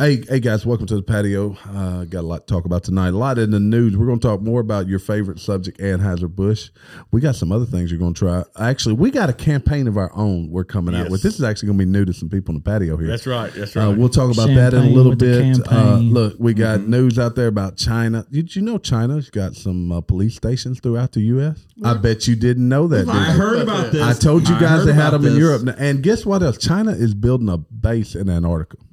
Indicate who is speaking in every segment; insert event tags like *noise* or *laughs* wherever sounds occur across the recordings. Speaker 1: Hey, hey guys, welcome to the patio. Uh, got a lot to talk about tonight. A lot in the news. We're going to talk more about your favorite subject, Anheuser-Busch. We got some other things you're going to try. Actually, we got a campaign of our own we're coming out
Speaker 2: Yes.
Speaker 1: with. This is actually going to be new to some people in the patio here.
Speaker 2: That's right. That's right. Mm-hmm.
Speaker 1: Uh, we'll talk about that in a
Speaker 3: Champagne
Speaker 1: little
Speaker 3: with the
Speaker 1: bit. Uh,
Speaker 3: campaign.
Speaker 1: look, we got news out there about China. Did you know China's got some uh, police stations throughout the U.S.? I bet you didn't know that.
Speaker 2: I
Speaker 1: did you?
Speaker 2: heard about this.
Speaker 1: I told you
Speaker 2: I
Speaker 1: guys
Speaker 2: heard
Speaker 1: they had
Speaker 2: about
Speaker 1: them in
Speaker 2: this.
Speaker 1: Europe. And guess what else? China is building a base in Antarctica.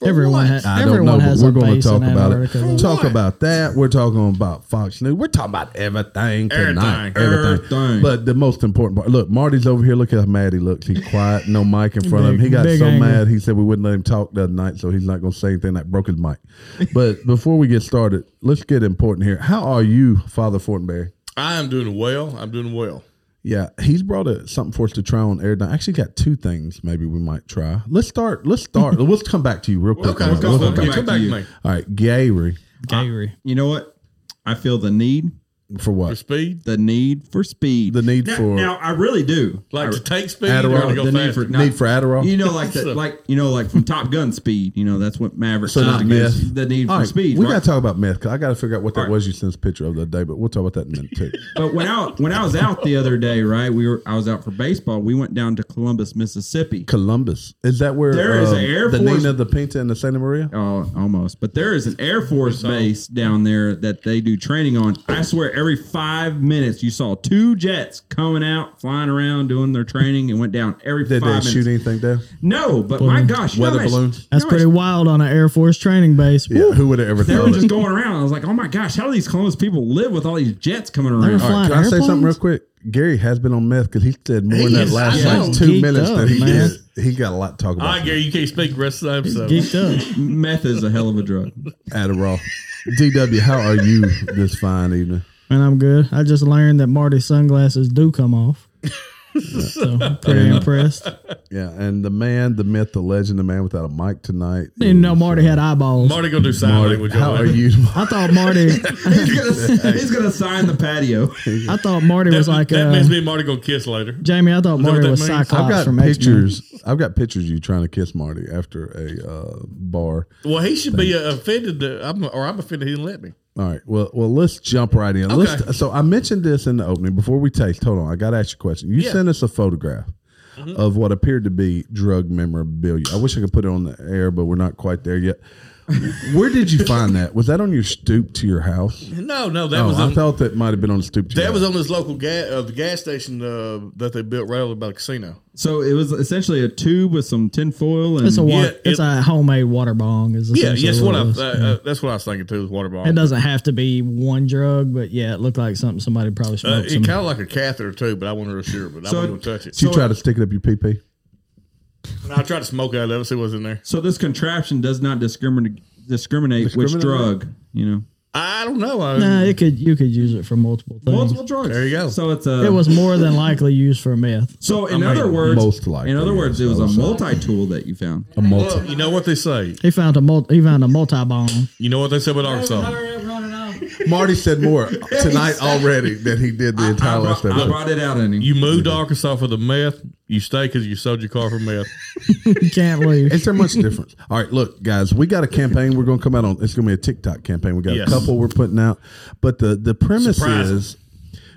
Speaker 3: Everyone,
Speaker 2: what?
Speaker 3: has.
Speaker 1: I
Speaker 3: everyone
Speaker 1: don't know,
Speaker 3: has
Speaker 1: but we're
Speaker 3: a
Speaker 1: going to
Speaker 3: base
Speaker 1: talk
Speaker 3: in
Speaker 1: about it.
Speaker 3: Antarctica.
Speaker 1: Talk about that. We're talking about Fox News. We're talking about everything tonight.
Speaker 2: Everything. Everything.
Speaker 1: But the most important part. Look, Marty's over here. Look how mad he looks. He's quiet. No mic in front of him. He
Speaker 3: Big-
Speaker 1: got
Speaker 3: big
Speaker 1: so
Speaker 3: anger.
Speaker 1: mad. He said we wouldn't let him talk the other night, so he's not going to say anything. That broke his mic. But *laughs* before we get started, let's get important here. How are you, Father Fortenberry?
Speaker 2: I am doing well. I'm doing well.
Speaker 1: Yeah, he's brought a, something for us to try on air. tonight. I actually got two things maybe we might try. Let's start. Let's start. *laughs* we'll come back to you real quick.
Speaker 2: Okay,
Speaker 1: We'll
Speaker 2: come,
Speaker 1: come
Speaker 2: come,
Speaker 1: back.
Speaker 2: come back to me.
Speaker 1: All right, Gary,
Speaker 3: Gary.
Speaker 4: You know what? I feel the need,
Speaker 1: for
Speaker 2: For
Speaker 1: what?
Speaker 2: speed,
Speaker 4: the need for speed.
Speaker 1: The need
Speaker 4: now,
Speaker 1: for
Speaker 4: now I really do.
Speaker 2: like
Speaker 4: I-
Speaker 2: to take speed,
Speaker 1: Adderall,
Speaker 2: or to go
Speaker 4: the need
Speaker 2: faster?
Speaker 4: for- no.
Speaker 1: need for Adderall.
Speaker 4: you know, like the, like you know, like from Top Gun speed. You know, that's what Maverick.
Speaker 1: so
Speaker 4: said
Speaker 1: not
Speaker 4: to
Speaker 1: meth.
Speaker 4: get- The need
Speaker 1: All
Speaker 4: for
Speaker 1: right,
Speaker 4: speed.
Speaker 1: We
Speaker 4: right?
Speaker 1: got to talk about meth. 'cause I got to figure out what that
Speaker 4: right.
Speaker 1: was you sent us a picture of the other day, but we'll talk about that in a minute too.
Speaker 4: but when I when I was out the other day, right? We were I was out for baseball. We went down to Columbus, Mississippi.
Speaker 1: Columbus is that where um,
Speaker 4: There is an Air
Speaker 1: the
Speaker 4: Force-
Speaker 1: Nina, the Pinta, and the Santa Maria?
Speaker 4: Oh, almost. But there is an Air Force base down there that they do training on. I swear, every five minutes you saw two jets coming out, flying around, doing their training, and went down every
Speaker 1: Did
Speaker 4: five
Speaker 1: they
Speaker 4: minutes.
Speaker 1: shoot anything there?
Speaker 4: No, but my gosh, you know
Speaker 1: Weather
Speaker 4: how much-
Speaker 1: balloons?
Speaker 3: That's
Speaker 4: you know how
Speaker 3: pretty
Speaker 4: much-
Speaker 3: wild on an Air Force training base.
Speaker 1: Yeah, who would have ever
Speaker 4: They
Speaker 1: thought?
Speaker 4: were just
Speaker 1: it?
Speaker 4: going around. I was like, oh my gosh, how do these Columbus people live with all these jets coming
Speaker 3: They're
Speaker 4: around?
Speaker 3: flying
Speaker 1: Can I say something real
Speaker 3: airplanes?
Speaker 1: quick? Gary has been on meth because he said more in that
Speaker 2: is-
Speaker 1: last
Speaker 2: I
Speaker 1: like
Speaker 3: know.
Speaker 1: two
Speaker 3: Geeked
Speaker 1: minutes than
Speaker 3: up,
Speaker 1: he
Speaker 3: man.
Speaker 1: did. He got a lot to talk
Speaker 2: All
Speaker 1: about.
Speaker 2: right, Gary, you can't speak the rest of the episode.
Speaker 3: Geeked up.
Speaker 4: Meth is a hell of a drug.
Speaker 1: Adderall. DW, how are you this fine evening?
Speaker 3: And I'm good. I just learned that Marty's sunglasses do come off. so I'm pretty impressed.
Speaker 1: Yeah, and the man, the myth, the legend, the man without a mic tonight.
Speaker 3: Didn't know
Speaker 1: is uh,
Speaker 3: Marty had eyeballs.
Speaker 2: Marty gonna do sign language.
Speaker 1: How
Speaker 2: over
Speaker 1: are
Speaker 2: there.
Speaker 1: you?
Speaker 3: I
Speaker 2: *laughs*
Speaker 3: thought Marty.
Speaker 4: *laughs* he's, gonna, he's gonna sign the patio.
Speaker 3: I thought Marty was
Speaker 2: that,
Speaker 3: like
Speaker 2: that
Speaker 3: uh,
Speaker 2: means me and Marty gonna kiss later.
Speaker 3: Jamie. I thought
Speaker 2: that what
Speaker 3: Marty
Speaker 2: that
Speaker 3: was
Speaker 2: means?
Speaker 3: Cyclops
Speaker 1: I've got
Speaker 3: from X-Men.
Speaker 1: pictures. I've got pictures of you trying to kiss Marty after a uh, bar.
Speaker 2: Well, he should be uh, offended, that I'm, or I'm offended he didn't let me.
Speaker 1: All right. Well, well, let's jump right in. Let's, so I mentioned this in the opening before we taste. Hold on, I got to ask you a question. You
Speaker 2: Yeah.
Speaker 1: sent us a photograph of what appeared to be drug memorabilia. I wish I could put it on the air, but we're not quite there yet. Where did you find that? Was that on your stoop to your house?
Speaker 2: No, no, that
Speaker 1: Oh,
Speaker 2: was
Speaker 1: I
Speaker 2: on,
Speaker 1: thought that might have been on the stoop to
Speaker 2: that
Speaker 1: your
Speaker 2: was
Speaker 1: house.
Speaker 2: on this local gas uh, the gas station uh, that they built right over by the casino.
Speaker 4: So it was essentially a tube with some tinfoil and
Speaker 3: It's a wa-
Speaker 2: Yeah, it-
Speaker 3: it's a homemade water bong. Is
Speaker 2: Yeah,
Speaker 3: essentially
Speaker 2: yes, what I,
Speaker 3: it was.
Speaker 2: uh, uh, that's what I was thinking too. Was water
Speaker 1: uh,
Speaker 2: bottle.
Speaker 3: It doesn't have to be one drug, but yeah, it looked like something somebody probably
Speaker 2: Uh,
Speaker 3: smoked.
Speaker 2: it
Speaker 3: some-
Speaker 2: kind of like a catheter too, but I wasn't real sure. But I
Speaker 4: So-
Speaker 2: wasn't gonna touch it.
Speaker 1: Did you try to stick it up your pee pee?
Speaker 2: And I tried to smoke out of it, see what's in there.
Speaker 4: so this contraption does not discriminate discriminate which
Speaker 1: Discriminate?
Speaker 4: drug. You know,
Speaker 2: I don't know. I,
Speaker 3: Nah, it could Uh, you could use it for multiple things.
Speaker 4: multiple drugs.
Speaker 2: There you go.
Speaker 4: So it's a
Speaker 3: It was more than likely used for meth.
Speaker 4: So in other words,
Speaker 1: most likely,
Speaker 4: in other words, it
Speaker 1: yes,
Speaker 4: was
Speaker 1: I
Speaker 4: a
Speaker 1: would say.
Speaker 4: multi-tool that you found.
Speaker 1: A multi.
Speaker 2: Well, you know what they say.
Speaker 3: He found a multi, he found a multi bong.
Speaker 2: You know what they said about Arkansas.
Speaker 1: Marty said more tonight already than he did the entire
Speaker 4: I
Speaker 1: last
Speaker 4: brought, I
Speaker 1: episode.
Speaker 4: brought it out in him.
Speaker 2: You moved to Arkansas for the meth. You stay because you sold your car for meth.
Speaker 3: You can't
Speaker 2: *laughs*
Speaker 3: leave.
Speaker 1: Is there much difference? All right, look, guys, we got a campaign. We're going to come out on. It's going to be a TikTok campaign. We got
Speaker 2: Yes.
Speaker 1: a couple we're putting out, but the the premise
Speaker 2: Surprise.
Speaker 1: is.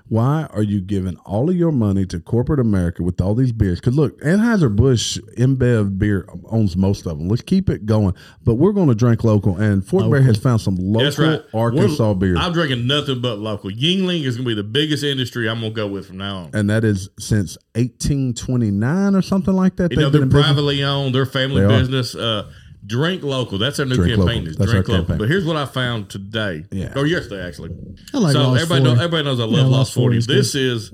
Speaker 1: Why are you giving all of your money to corporate America with all these beers? Because look, Anheuser Busch InBev beer owns most of them. Let's keep it going, but we're going to drink local. And Fort Bear has found some local
Speaker 2: That's right.
Speaker 1: Arkansas
Speaker 2: We're-
Speaker 1: beers.
Speaker 2: I'm drinking nothing but local. Yingling is going to be the biggest industry I'm going to go with from now on.
Speaker 1: and that is since 1829 or something like that.
Speaker 2: You know,
Speaker 1: They've been
Speaker 2: they're
Speaker 1: in business.
Speaker 2: privately owned. They're family
Speaker 1: They are.
Speaker 2: business. Uh, drink local. That's our new
Speaker 1: Drink
Speaker 2: campaign.
Speaker 1: local.
Speaker 2: Is
Speaker 1: That's
Speaker 2: drink
Speaker 1: our
Speaker 2: local.
Speaker 1: campaign.
Speaker 2: But here's what I found today.
Speaker 1: Yeah.
Speaker 2: Or yesterday, actually.
Speaker 3: I like
Speaker 2: so
Speaker 3: Lost
Speaker 2: everybody,
Speaker 3: 40.
Speaker 2: know, everybody knows I love
Speaker 3: Lost
Speaker 2: Lost 40.
Speaker 3: 40 is good.
Speaker 2: This is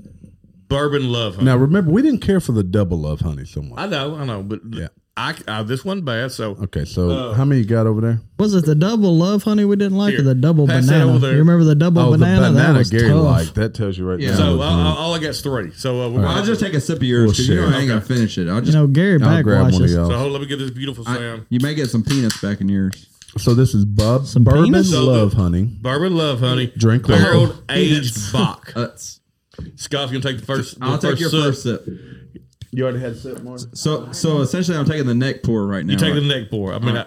Speaker 2: bourbon love. Honey.
Speaker 1: Now remember, we didn't care for the double love honey so much.
Speaker 2: I know, I know, but
Speaker 1: Yeah.
Speaker 2: I, I this one bad. So
Speaker 1: Okay, so
Speaker 2: Uh,
Speaker 1: how many you got over there?
Speaker 3: Was it the double love honey we didn't like,
Speaker 2: Here,
Speaker 3: or the double
Speaker 2: pass that
Speaker 3: banana?
Speaker 2: over there.
Speaker 3: You remember the double banana?
Speaker 1: Oh, the
Speaker 3: that
Speaker 1: banana
Speaker 3: was
Speaker 1: Gary
Speaker 3: tough.
Speaker 1: liked. That tells you right
Speaker 4: Yeah.
Speaker 1: now.
Speaker 4: uh,
Speaker 2: So
Speaker 1: what
Speaker 2: I,
Speaker 1: you
Speaker 2: I,
Speaker 1: need.
Speaker 2: all I got's three. So uh, we're
Speaker 4: I'll just take a sip of yours
Speaker 1: We'll
Speaker 4: 'cause you know
Speaker 1: share.
Speaker 4: I ain't gonna finish it. I'll
Speaker 3: You
Speaker 4: just.
Speaker 3: know, Gary
Speaker 1: I'll grab one of
Speaker 3: backwashes.
Speaker 2: so
Speaker 1: y'all.
Speaker 2: hold, let me get this beautiful sound.
Speaker 4: you may get some peanuts back in yours.
Speaker 1: So this is Bub
Speaker 3: Some
Speaker 1: Bourbon
Speaker 3: penis?
Speaker 1: Love Honey.
Speaker 2: Bourbon love, honey.
Speaker 1: Drink
Speaker 2: barrel
Speaker 4: *laughs*
Speaker 1: local.
Speaker 2: aged Bach.
Speaker 4: That's.
Speaker 2: Scott's gonna take Uh, the first.
Speaker 4: I'll
Speaker 2: the
Speaker 4: take your
Speaker 2: sip.
Speaker 4: first sip.
Speaker 1: You already had sip more.
Speaker 4: So so essentially, I'm taking the neck pour right now.
Speaker 2: You take
Speaker 4: right?
Speaker 2: the neck pour. I mean, I,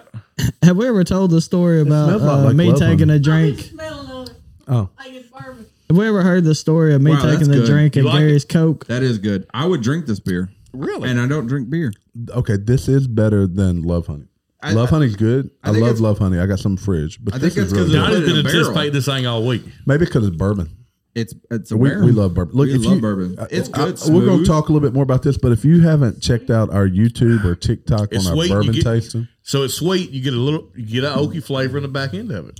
Speaker 3: Have we ever told the story about
Speaker 1: smells
Speaker 3: uh,
Speaker 1: like
Speaker 3: me
Speaker 1: love
Speaker 3: taking
Speaker 1: honey.
Speaker 3: a
Speaker 5: I
Speaker 3: drink?
Speaker 5: can smell it.
Speaker 1: Oh,
Speaker 5: Like it's bourbon.
Speaker 3: Have we ever heard the story of me
Speaker 4: Wow, that's
Speaker 3: taking a
Speaker 4: good.
Speaker 3: drink
Speaker 2: You
Speaker 3: at
Speaker 2: like
Speaker 3: Gary's Coke?
Speaker 4: that is good. I would drink this beer,
Speaker 1: really?
Speaker 4: and I don't drink beer.
Speaker 1: okay, this is better than love honey.
Speaker 4: I-
Speaker 1: love
Speaker 4: I-
Speaker 1: honey's good. I,
Speaker 4: think
Speaker 1: love
Speaker 4: it's-
Speaker 1: love honey. I got some fridge, but
Speaker 4: I
Speaker 1: this
Speaker 4: think
Speaker 1: is
Speaker 4: it's 'cause
Speaker 1: really
Speaker 4: of-
Speaker 1: good.
Speaker 2: Donnie's
Speaker 4: Put it
Speaker 2: been
Speaker 4: in a barrel.
Speaker 2: anticipating this thing all week.
Speaker 1: maybe because it's bourbon.
Speaker 4: It's it's a
Speaker 1: We,
Speaker 4: barrel.
Speaker 1: we love bourbon. Look,
Speaker 4: We
Speaker 1: if
Speaker 4: love
Speaker 1: you, uh,
Speaker 4: bourbon. It's
Speaker 1: I-
Speaker 4: good.
Speaker 1: we're going to
Speaker 4: smooth.
Speaker 1: talk a little bit more about this, but if you haven't checked out our YouTube or TikTok
Speaker 2: It's
Speaker 1: on our
Speaker 2: sweet. you
Speaker 1: bourbon
Speaker 2: get-
Speaker 1: tasting,
Speaker 2: So it's sweet. You get a little, you get an oaky flavor in the back end of it.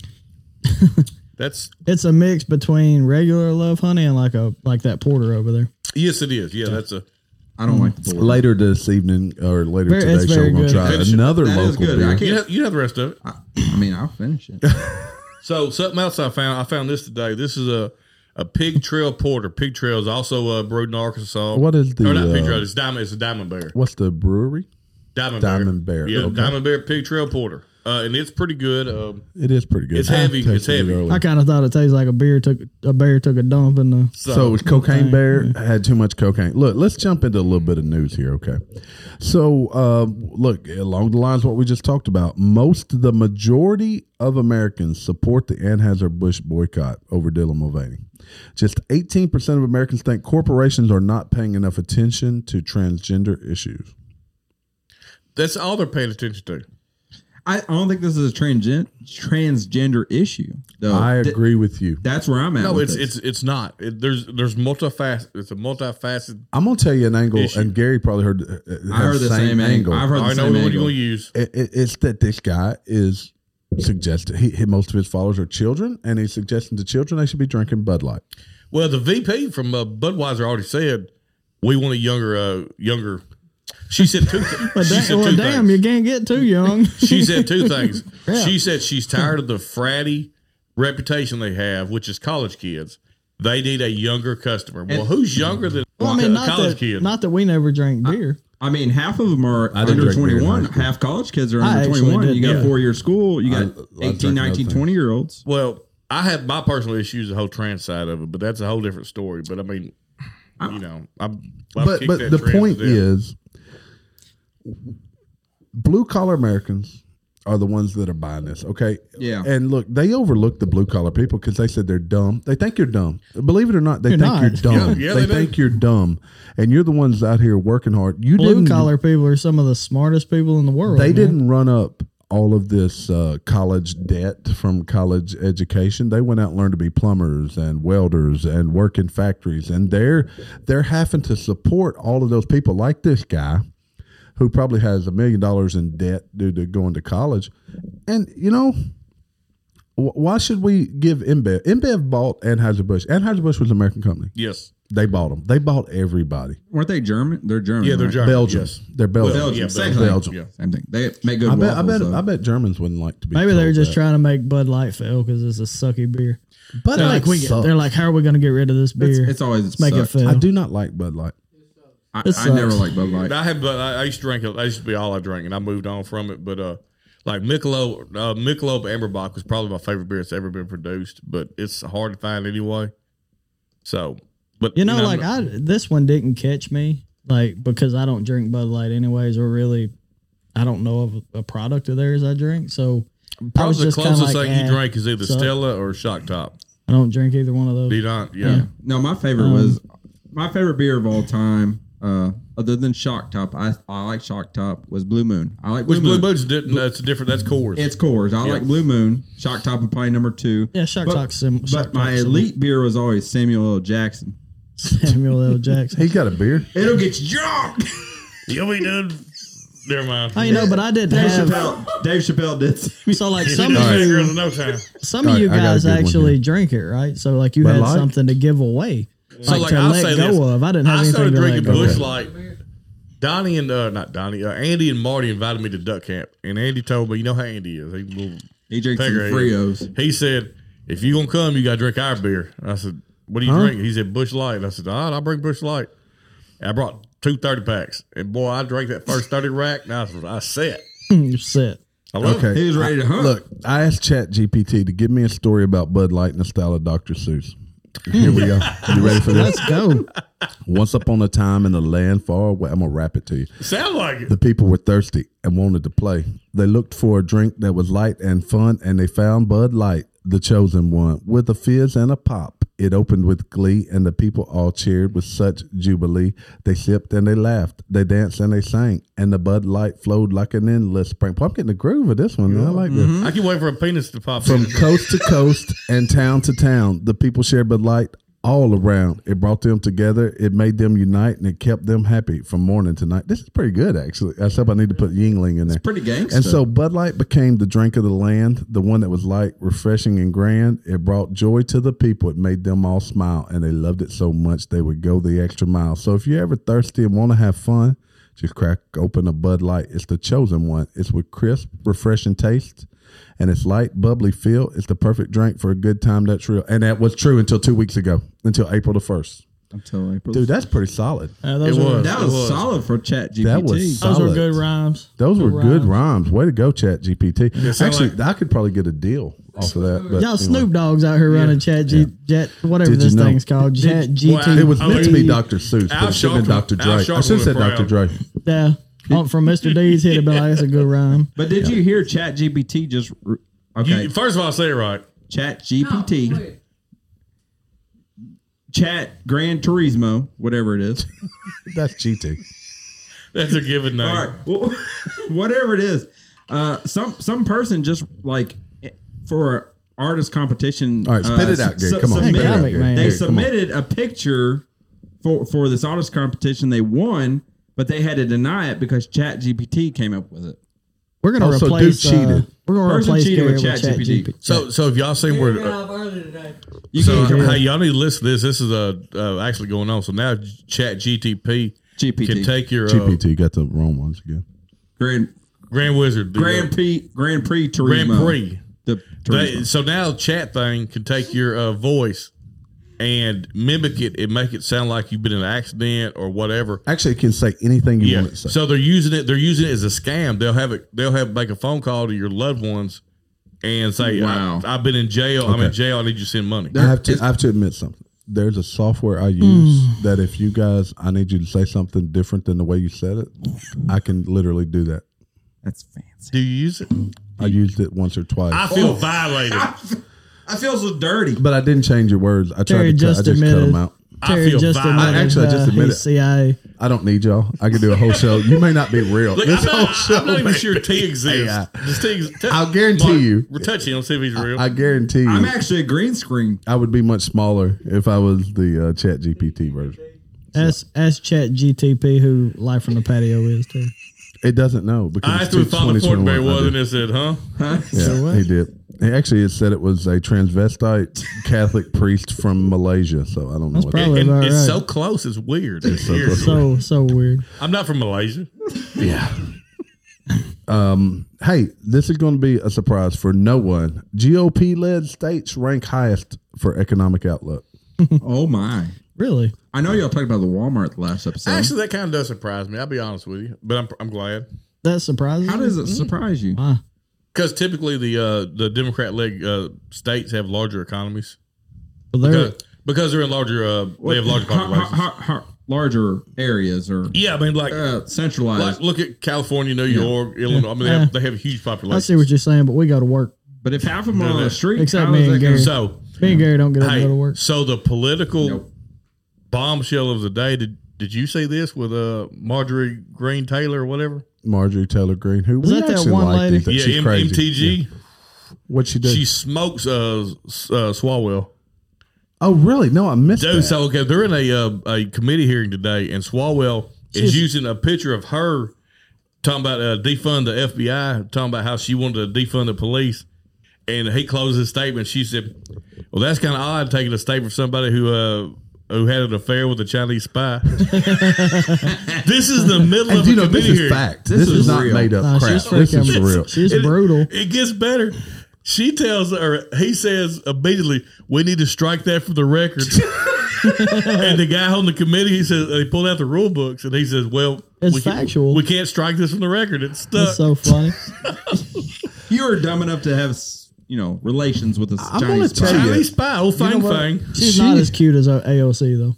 Speaker 4: *laughs*
Speaker 2: That's
Speaker 3: It's a mix between regular love honey and like a like that porter over there.
Speaker 2: yes, it is. Yeah, that's a.
Speaker 4: I don't
Speaker 1: *laughs*
Speaker 4: like the pour.
Speaker 1: later this evening or later
Speaker 3: Very- it's
Speaker 1: today, so we're
Speaker 3: very
Speaker 1: going to
Speaker 3: good.
Speaker 1: try
Speaker 2: That is-
Speaker 1: another
Speaker 4: that is
Speaker 1: local
Speaker 4: good. I
Speaker 1: beer.
Speaker 4: can't-
Speaker 2: You have, you have the rest of it.
Speaker 4: I, I mean, I'll finish it.
Speaker 2: So something else I found. I found this today. This is a a Pig Trail Porter. Pig Trail is also uh, brewed in Arkansas.
Speaker 1: What is the,
Speaker 2: Or not Pig
Speaker 1: uh,
Speaker 2: Trail? It's Diamond. It's a Diamond Bear.
Speaker 1: What's the brewery?
Speaker 2: Diamond,
Speaker 1: Diamond
Speaker 2: Bear.
Speaker 1: Bear,
Speaker 2: Yeah,
Speaker 1: okay.
Speaker 2: Diamond Bear Pig Trail Porter, uh, and it's pretty good. Um,
Speaker 1: It is pretty good.
Speaker 2: It's heavy.
Speaker 1: I tasted
Speaker 2: It's heavy.
Speaker 1: it earlier.
Speaker 3: I kind of thought it tasted like a beer took a bear took a dump in the.
Speaker 2: so,
Speaker 1: So it was cocaine bear had too much cocaine. Look, let's jump into a little bit of news here, okay? So, uh, look along the lines of what we just talked about. Most, the majority of Americans support the Anheuser Busch boycott over Dylan Mulvaney. Just eighteen percent of Americans think corporations are not paying enough attention to transgender issues.
Speaker 2: that's all they're paying attention to.
Speaker 4: I, I don't think this is a transgen- transgender issue, though.
Speaker 1: I
Speaker 4: Th-
Speaker 1: agree with you.
Speaker 4: that's where I'm at.
Speaker 2: No,
Speaker 4: with
Speaker 2: it's
Speaker 4: this.
Speaker 2: it's it's not. It, there's there's multifac. It's a multifaceted.
Speaker 1: I'm gonna tell you an angle,
Speaker 2: Issue.
Speaker 1: and Gary probably heard. uh, Uh,
Speaker 4: I heard the same, angle. I've heard the
Speaker 2: I know
Speaker 4: same
Speaker 2: what you're
Speaker 4: angle.
Speaker 2: going to use.
Speaker 1: it, it, it's that this guy is suggesting he, he- most of his followers are children, and he's suggesting to children they should be drinking Bud Light.
Speaker 2: Well, the VP from uh, Budweiser already said we want a younger, uh, younger. She
Speaker 1: *laughs*
Speaker 2: said two. Th-
Speaker 3: But
Speaker 2: she
Speaker 3: da-
Speaker 2: said
Speaker 3: well,
Speaker 2: two
Speaker 3: damn,
Speaker 2: things.
Speaker 3: you can't get too
Speaker 2: *laughs*
Speaker 3: young.
Speaker 2: She said two things.
Speaker 3: Yeah.
Speaker 2: She said she's tired of the fratty reputation they have, which is college kids. They need a younger customer. Well,
Speaker 4: And-
Speaker 2: who's younger than
Speaker 3: Well, I
Speaker 2: a
Speaker 3: mean, not
Speaker 2: college
Speaker 3: that,
Speaker 2: kid?
Speaker 3: not that we never drank beer.
Speaker 4: I mean, half of them are
Speaker 1: didn't
Speaker 4: under
Speaker 1: drink beer in
Speaker 4: 21.
Speaker 1: high school.
Speaker 4: Half college kids are
Speaker 3: I
Speaker 4: under
Speaker 3: actually
Speaker 4: 21.
Speaker 3: did,
Speaker 4: you got
Speaker 3: yeah.
Speaker 4: four year school. You got
Speaker 1: I drank
Speaker 4: 18, 19,
Speaker 1: nothing.
Speaker 4: 20 year olds.
Speaker 2: well, I have my personal issues the whole trans side of it, but that's a whole different story. But I mean, you know, I'm. I've
Speaker 1: but
Speaker 2: kicked
Speaker 1: but
Speaker 2: that
Speaker 1: the
Speaker 2: trans
Speaker 1: point
Speaker 2: to death.
Speaker 1: is, blue collar Americans are the ones that are buying this. Okay,
Speaker 4: Yeah.
Speaker 1: And look, they overlook the blue collar people because they said they're dumb. They think you're dumb. Believe it or not, they
Speaker 3: You're
Speaker 1: think
Speaker 3: not.
Speaker 1: you're dumb.
Speaker 2: Yeah, yeah,
Speaker 1: they,
Speaker 2: they do.
Speaker 1: think you're dumb, and you're the ones out here working hard. You
Speaker 3: Blue
Speaker 1: didn't-
Speaker 3: collar people are some of the smartest people in the world.
Speaker 1: They
Speaker 3: man.
Speaker 1: didn't run up all of this uh, college debt from college education. They went out and learned to be plumbers and welders and work in factories, and they're they're having to support all of those people, like this guy, who probably has a million dollars in debt due to going to college. And you know, wh- why should we give InBev? InBev bought Anheuser Busch. Anheuser Busch was an American company.
Speaker 2: yes,
Speaker 1: They bought them. They bought everybody.
Speaker 4: Weren't they German? They're German.
Speaker 2: yeah, they're
Speaker 4: right?
Speaker 2: German.
Speaker 1: Belgium.
Speaker 2: Yes.
Speaker 1: They're Belgium.
Speaker 4: Belgium.
Speaker 2: Yeah,
Speaker 4: Same,
Speaker 2: Belgium.
Speaker 1: Belgium.
Speaker 4: Thing. Same thing. They make good
Speaker 1: I bet. I
Speaker 4: waffles.
Speaker 1: bet.
Speaker 4: though.
Speaker 1: I bet Germans wouldn't like to be.
Speaker 3: Maybe they're
Speaker 1: told
Speaker 3: just
Speaker 1: that.
Speaker 3: trying to make Bud Light fail because it's a sucky beer.
Speaker 1: Bud
Speaker 3: They're
Speaker 1: Light
Speaker 3: like, we get,
Speaker 1: sucks.
Speaker 3: they're like, how are we going to get rid of this beer?
Speaker 4: It's, it's always it's
Speaker 3: make it fail.
Speaker 1: I do not like Bud Light.
Speaker 4: I,
Speaker 3: It
Speaker 4: I never
Speaker 3: sucks.
Speaker 4: like Bud Light.
Speaker 2: I had, but I, I used to drink. it. That used to be all I drank, and I moved on from it. But uh, like Michelob, uh, Michelob Amberbach was probably my favorite beer that's ever been produced, but it's hard to find anyway. So, but
Speaker 3: You know, like I this one didn't catch me, like because I don't drink Bud Light anyways, or really, I don't know of a product of theirs I drink. So I was
Speaker 2: probably the
Speaker 3: just kinda
Speaker 2: closest
Speaker 3: like,
Speaker 2: thing
Speaker 3: eh,
Speaker 2: you drank is either
Speaker 3: suck.
Speaker 2: Stella or Shock Top.
Speaker 3: I don't drink either one of those.
Speaker 2: Do you not? Yeah.
Speaker 4: No, my favorite
Speaker 1: um,
Speaker 4: was my favorite beer of all time. Uh, other than Shock Top, I, I like Shock Top was Blue Moon. I like Blue
Speaker 2: Which Blue
Speaker 4: Moon.
Speaker 2: Moon's didn't. That's different. That's Coors.
Speaker 4: It's Coors. I like Blue Moon. Shock Top would probably number two.
Speaker 3: Yeah, Shock
Speaker 4: But-
Speaker 3: Top's sim- Shock
Speaker 4: But my
Speaker 3: Top's sim-
Speaker 4: elite beer was always Samuel L. Jackson.
Speaker 3: *laughs* Samuel L. Jackson.
Speaker 1: He's got a beer.
Speaker 4: It'll get you drunk.
Speaker 2: You'll be done. Never mind.
Speaker 3: I you know, but I didn't
Speaker 4: *laughs* Dave
Speaker 3: have.
Speaker 4: Chappelle. Dave Chappelle did. Samuel-
Speaker 2: *laughs*
Speaker 3: So like
Speaker 2: You'll
Speaker 3: some
Speaker 2: be
Speaker 3: of
Speaker 2: bigger
Speaker 3: you,
Speaker 2: in no time.
Speaker 3: some
Speaker 1: All
Speaker 3: of
Speaker 1: right,
Speaker 3: you
Speaker 1: I got a
Speaker 3: guys
Speaker 1: good one
Speaker 3: actually
Speaker 1: here.
Speaker 3: drink it, right? So like you
Speaker 1: Bud
Speaker 3: had
Speaker 1: Light?
Speaker 3: something to give away,
Speaker 2: So,
Speaker 3: like,
Speaker 2: like,
Speaker 3: to
Speaker 2: I'll say
Speaker 3: let go
Speaker 2: this.
Speaker 3: of. I didn't have
Speaker 2: I
Speaker 3: anything
Speaker 2: started
Speaker 3: to
Speaker 2: drinking
Speaker 3: let go.
Speaker 2: Bush
Speaker 3: of.
Speaker 2: Light. Donnie and uh, not Donnie, uh, Andy and Marty invited me to Duck Camp, and Andy told me, you know how Andy is. He, will-
Speaker 4: He drinks some
Speaker 2: Pegger, yeah.
Speaker 4: Frios.
Speaker 2: he said, if you gonna come, you gotta drink our beer. And I said, what do you drink? He said Bush Light. And I said, all right, I'll bring Bush Light. And I brought two 30 packs, and boy, I drank that first thirty rack. And I was, I set.
Speaker 3: *laughs* You're set.
Speaker 2: I love it.
Speaker 4: He
Speaker 1: Okay.
Speaker 4: was ready to hunt.
Speaker 1: Look, I asked Chat GPT to give me a story about Bud Light and the style of Dr. Seuss. Here we go. You ready *laughs* for this?
Speaker 2: *laughs*
Speaker 3: Let's go.
Speaker 1: Once upon a time in a land far away, I'm gonna wrap it to you.
Speaker 2: Sound like it.
Speaker 1: The people were thirsty and wanted to play. They looked for a drink that was light and fun, and they found Bud Light, the chosen one, with a fizz and a pop. It opened with glee, and the people all cheered with such jubilee. They sipped and they laughed. They danced and they sang, and the Bud Light flowed like an endless spring. Boy, I'm getting the groove of this one. man. I like this.
Speaker 2: I keep waiting for a penis to pop
Speaker 1: From
Speaker 2: in.
Speaker 1: coast to coast and town to town, the people shared Bud Light all around. It brought them together. It made them unite, and it kept them happy from morning to night. This is pretty good, actually. Except I need to put Yingling in there.
Speaker 4: Pretty gangster.
Speaker 1: and so Bud Light became the drink of the land, the one that was light, refreshing, and grand. It brought joy to the people. It made them all smile, and they loved it so much they would go the extra mile. So if you're ever thirsty and want to have fun, just crack open a Bud Light. It's the chosen one. It's with crisp, refreshing taste and it's light, bubbly feel. It's the perfect drink for a good time. That's real, and that was true until two weeks ago, until April the first.
Speaker 4: until April.
Speaker 1: Dude, that's pretty solid.
Speaker 3: Uh, those
Speaker 2: It
Speaker 3: were,
Speaker 2: was.
Speaker 4: that was,
Speaker 2: It was.
Speaker 4: solid for Chat GPT.
Speaker 1: That was
Speaker 3: Those
Speaker 1: solid.
Speaker 3: were good rhymes.
Speaker 1: Those were good
Speaker 3: rhymes.
Speaker 1: rhymes. Way to go, Chat GPT.
Speaker 2: sound
Speaker 1: Actually, I could probably get a deal off of that. But
Speaker 3: Y'all
Speaker 1: anyway.
Speaker 3: Snoop Dogs out here running Chat G, Jet, whatever
Speaker 1: Did you
Speaker 3: this
Speaker 1: know-
Speaker 3: thing's called, Chat
Speaker 2: Wow.
Speaker 3: GT.
Speaker 1: It was
Speaker 2: I
Speaker 1: meant
Speaker 2: like-
Speaker 1: to be Dr. Seuss,
Speaker 2: Oh, Al
Speaker 1: but it should have
Speaker 2: Sharpton-
Speaker 1: been Dr.
Speaker 2: Al
Speaker 1: Dre. I should have said
Speaker 2: Sharpton was
Speaker 1: Dr. Dre.
Speaker 3: Yeah. Oh, from Mr. D's hit about that's a good rhyme.
Speaker 4: But did you hear Chat GPT just? re- Okay,
Speaker 2: You, first of all, say it right.
Speaker 4: Chat GPT, Chat Gran Turismo, whatever it
Speaker 1: *laughs*
Speaker 4: is.
Speaker 1: That's GT.
Speaker 2: That's a given name.
Speaker 4: All right, well, *laughs* whatever it is. Uh, some some person just like for a artist competition.
Speaker 1: All right, spit
Speaker 4: uh,
Speaker 1: it out, Gary.
Speaker 4: su-
Speaker 1: come on. spit it out,
Speaker 4: submitted-
Speaker 3: Gary,
Speaker 1: Gary.
Speaker 3: man.
Speaker 4: They
Speaker 1: Gary, come on.
Speaker 4: submitted a picture for for this artist competition. They won, but they had to deny it because Chat GPT came up with it.
Speaker 3: We're gonna
Speaker 1: Oh, so
Speaker 3: replace.
Speaker 1: dude cheated.
Speaker 3: Uh, we're gonna
Speaker 4: Person
Speaker 3: replace
Speaker 4: cheated
Speaker 3: Gary
Speaker 4: with
Speaker 3: with Chat
Speaker 4: ChatGPT.
Speaker 3: GPT.
Speaker 2: So, so if y'all seen where, uh,
Speaker 4: You
Speaker 1: uh,
Speaker 2: so
Speaker 4: can't
Speaker 2: hey, y'all need to listen to this. This is uh, uh, actually going on. So now Chat GTP
Speaker 4: GPT.
Speaker 2: can take your uh,
Speaker 1: GPT got the wrong ones again.
Speaker 4: Grand
Speaker 2: Grand Wizard, the, uh,
Speaker 4: Grand Prix Grand Prix Turismo.
Speaker 2: Grand Prix.
Speaker 4: The
Speaker 2: They-
Speaker 4: Turismo.
Speaker 2: so now Chat thing can take your uh, voice and mimic it and make it sound like you've been in an accident or whatever.
Speaker 1: Actually, it can say anything you
Speaker 2: Yeah.
Speaker 1: want it to say.
Speaker 2: So they're using it. They're using it as a scam. They'll have it. They'll have make a phone call to your loved ones and say,
Speaker 4: Wow.
Speaker 2: I, have been in jail. I'm in jail. I need you to send money."
Speaker 1: I have to. I have to admit something. There's a software I use that if you guys, I need you to say something different than the way you said it, I can literally do that.
Speaker 4: That's fancy.
Speaker 2: Do you use it?
Speaker 1: I used it once or twice,
Speaker 2: I
Speaker 4: Oh.
Speaker 2: feel violated.
Speaker 4: I feel so dirty.
Speaker 1: but I didn't change your words. I tried
Speaker 3: Terry
Speaker 1: to cut, I just
Speaker 3: just
Speaker 1: cut
Speaker 3: admitted-
Speaker 1: them out.
Speaker 2: I feel violated.
Speaker 1: Actually, I just admitted-
Speaker 3: he's CIA.
Speaker 1: I don't need y'all. I could do a whole show. You may not be real.
Speaker 2: Look,
Speaker 1: this
Speaker 2: I'm
Speaker 1: whole
Speaker 2: not,
Speaker 1: show.
Speaker 2: I'm not even
Speaker 1: may-
Speaker 2: sure T exists.
Speaker 1: AI.
Speaker 2: Just T, ex- t-
Speaker 1: I'll guarantee
Speaker 2: Mark,
Speaker 1: you.
Speaker 2: We're touching. him, see if he's real.
Speaker 1: I guarantee you,
Speaker 4: I'm
Speaker 2: Mm.
Speaker 1: i
Speaker 4: actually a green screen.
Speaker 1: would be much smaller if I was the uh, Chat GPT version.
Speaker 3: That's that's Chat GTP who Life from the Patio is too.
Speaker 1: It doesn't know because
Speaker 2: I
Speaker 1: it's
Speaker 2: asked who Father
Speaker 1: 2021.
Speaker 2: Fortenberry
Speaker 1: I
Speaker 2: was,
Speaker 1: did.
Speaker 2: and it said, "Huh."
Speaker 1: Yeah, he did. He actually, it said it was a transvestite Catholic priest from Malaysia. So I don't know.
Speaker 3: That's
Speaker 1: What
Speaker 3: probably
Speaker 2: And
Speaker 3: about
Speaker 2: it's
Speaker 3: right.
Speaker 2: so close. It's weird. It's
Speaker 1: so
Speaker 2: weird.
Speaker 1: close.
Speaker 3: so so weird.
Speaker 2: I'm not from Malaysia.
Speaker 1: Yeah. Um, hey, this is going to be a surprise for no one. GOP led states rank highest for economic outlook.
Speaker 4: *laughs* Oh my!
Speaker 3: Really?
Speaker 4: I know y'all talked about the Walmart the last episode.
Speaker 2: Actually, that kind of does surprise me. I'll be honest with you, but I'm I'm glad
Speaker 3: That surprises
Speaker 4: how
Speaker 3: you?
Speaker 4: does it surprise you?
Speaker 3: Why?
Speaker 2: because typically the uh, the Democrat leg uh, states have larger economies
Speaker 3: Well, they're-
Speaker 2: because, because they're in larger uh, they have larger
Speaker 4: Har- har-
Speaker 2: populations.
Speaker 4: har- har- larger areas or
Speaker 2: Yeah, I mean like.
Speaker 4: uh,
Speaker 2: like,
Speaker 4: centralized.
Speaker 2: look at California, New York, Illinois. I mean, they have, they have huge
Speaker 3: Uh, I
Speaker 2: populations.
Speaker 3: see what you're saying, but we go to work.
Speaker 4: but if half of them are on the street,
Speaker 3: Except
Speaker 4: how
Speaker 3: me
Speaker 4: is
Speaker 3: and
Speaker 4: that
Speaker 3: Gary.
Speaker 4: gonna-
Speaker 2: so
Speaker 3: Me and Gary don't get up and
Speaker 2: Hey,
Speaker 3: go to work.
Speaker 2: So the political
Speaker 4: Nope.
Speaker 2: bombshell of the day. Did did you see this with uh Marjorie Green Taylor or whatever?
Speaker 1: Marjorie Taylor Greene, who
Speaker 3: Is
Speaker 1: we
Speaker 3: that that
Speaker 1: actually
Speaker 3: one
Speaker 1: like,
Speaker 3: lady?
Speaker 1: think that she's
Speaker 2: yeah, M-
Speaker 1: crazy.
Speaker 2: MTG.
Speaker 1: What she did?
Speaker 2: She smokes uh, s- uh Swalwell.
Speaker 1: oh, really? No, I missed
Speaker 2: Dude,
Speaker 1: that.
Speaker 2: so okay, they're in a uh, a committee hearing today, and Swalwell is using a picture of her talking about uh, defund the FBI, talking about how she wanted to defund the police. And he closed his statement. She said, "Well, that's kind of odd taking a statement from somebody who uh, who had an affair with a Chinese spy." *laughs* this is the middle
Speaker 1: And
Speaker 2: of
Speaker 1: you
Speaker 2: a
Speaker 1: know, this
Speaker 2: committee
Speaker 1: is
Speaker 2: hearing.
Speaker 1: fact. This, is,
Speaker 4: is
Speaker 1: not
Speaker 4: real.
Speaker 1: made up
Speaker 3: Nah,
Speaker 1: crap.
Speaker 3: she's
Speaker 1: This is
Speaker 3: freaking-
Speaker 1: real.
Speaker 3: She's
Speaker 2: It-
Speaker 3: brutal.
Speaker 2: It gets better. She tells her, he says immediately, we need to strike that from
Speaker 1: *laughs*
Speaker 2: the record. and the guy on the committee, he says, they pulled out the rule books and he says, well,
Speaker 3: It's
Speaker 2: we can't-
Speaker 3: factual.
Speaker 2: we Uh, can't strike this from the record. It's stuck.
Speaker 3: That's so funny.
Speaker 4: you are dumb enough to have s- you know, relations with a
Speaker 1: I'm gonna
Speaker 4: Chinese spy.
Speaker 1: tell you-
Speaker 2: Chinese spy, oh, old
Speaker 1: You know
Speaker 2: Fang
Speaker 1: what?
Speaker 2: Fang.
Speaker 3: She's
Speaker 1: She-
Speaker 3: not as cute as our AOC though.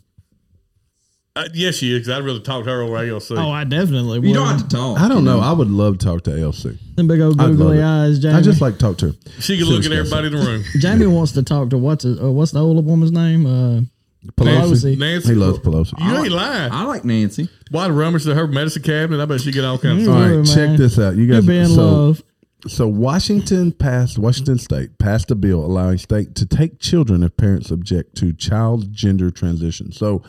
Speaker 2: Uh, yes, she is. 'cause I'd rather talk to her over AOC.
Speaker 3: Oh, I definitely would.
Speaker 4: You don't have to talk.
Speaker 1: I don't know. I would love to talk to ALC.
Speaker 3: Them big old
Speaker 1: I'd love
Speaker 3: googly
Speaker 1: it.
Speaker 3: eyes, Jamie.
Speaker 1: I just like to talk to her.
Speaker 2: she could look at everybody in
Speaker 1: *laughs*
Speaker 2: the room.
Speaker 3: Jamie wants to talk to what's his, uh, what's the old woman's name? Uh,
Speaker 1: Pelosi.
Speaker 3: Pelosi.
Speaker 2: Nancy,
Speaker 1: He loves Pelosi.
Speaker 2: You ain't lying.
Speaker 4: I like Nancy.
Speaker 2: Why rummage to her medicine cabinet? I bet she get all kinds
Speaker 1: All
Speaker 2: of
Speaker 1: right,
Speaker 3: Ooh,
Speaker 1: check
Speaker 3: man.
Speaker 1: this out. You
Speaker 3: you
Speaker 1: guys
Speaker 3: be in
Speaker 1: so,
Speaker 3: love.
Speaker 1: So Washington passed Washington State passed a bill allowing state to take children if parents object to child gender transition. So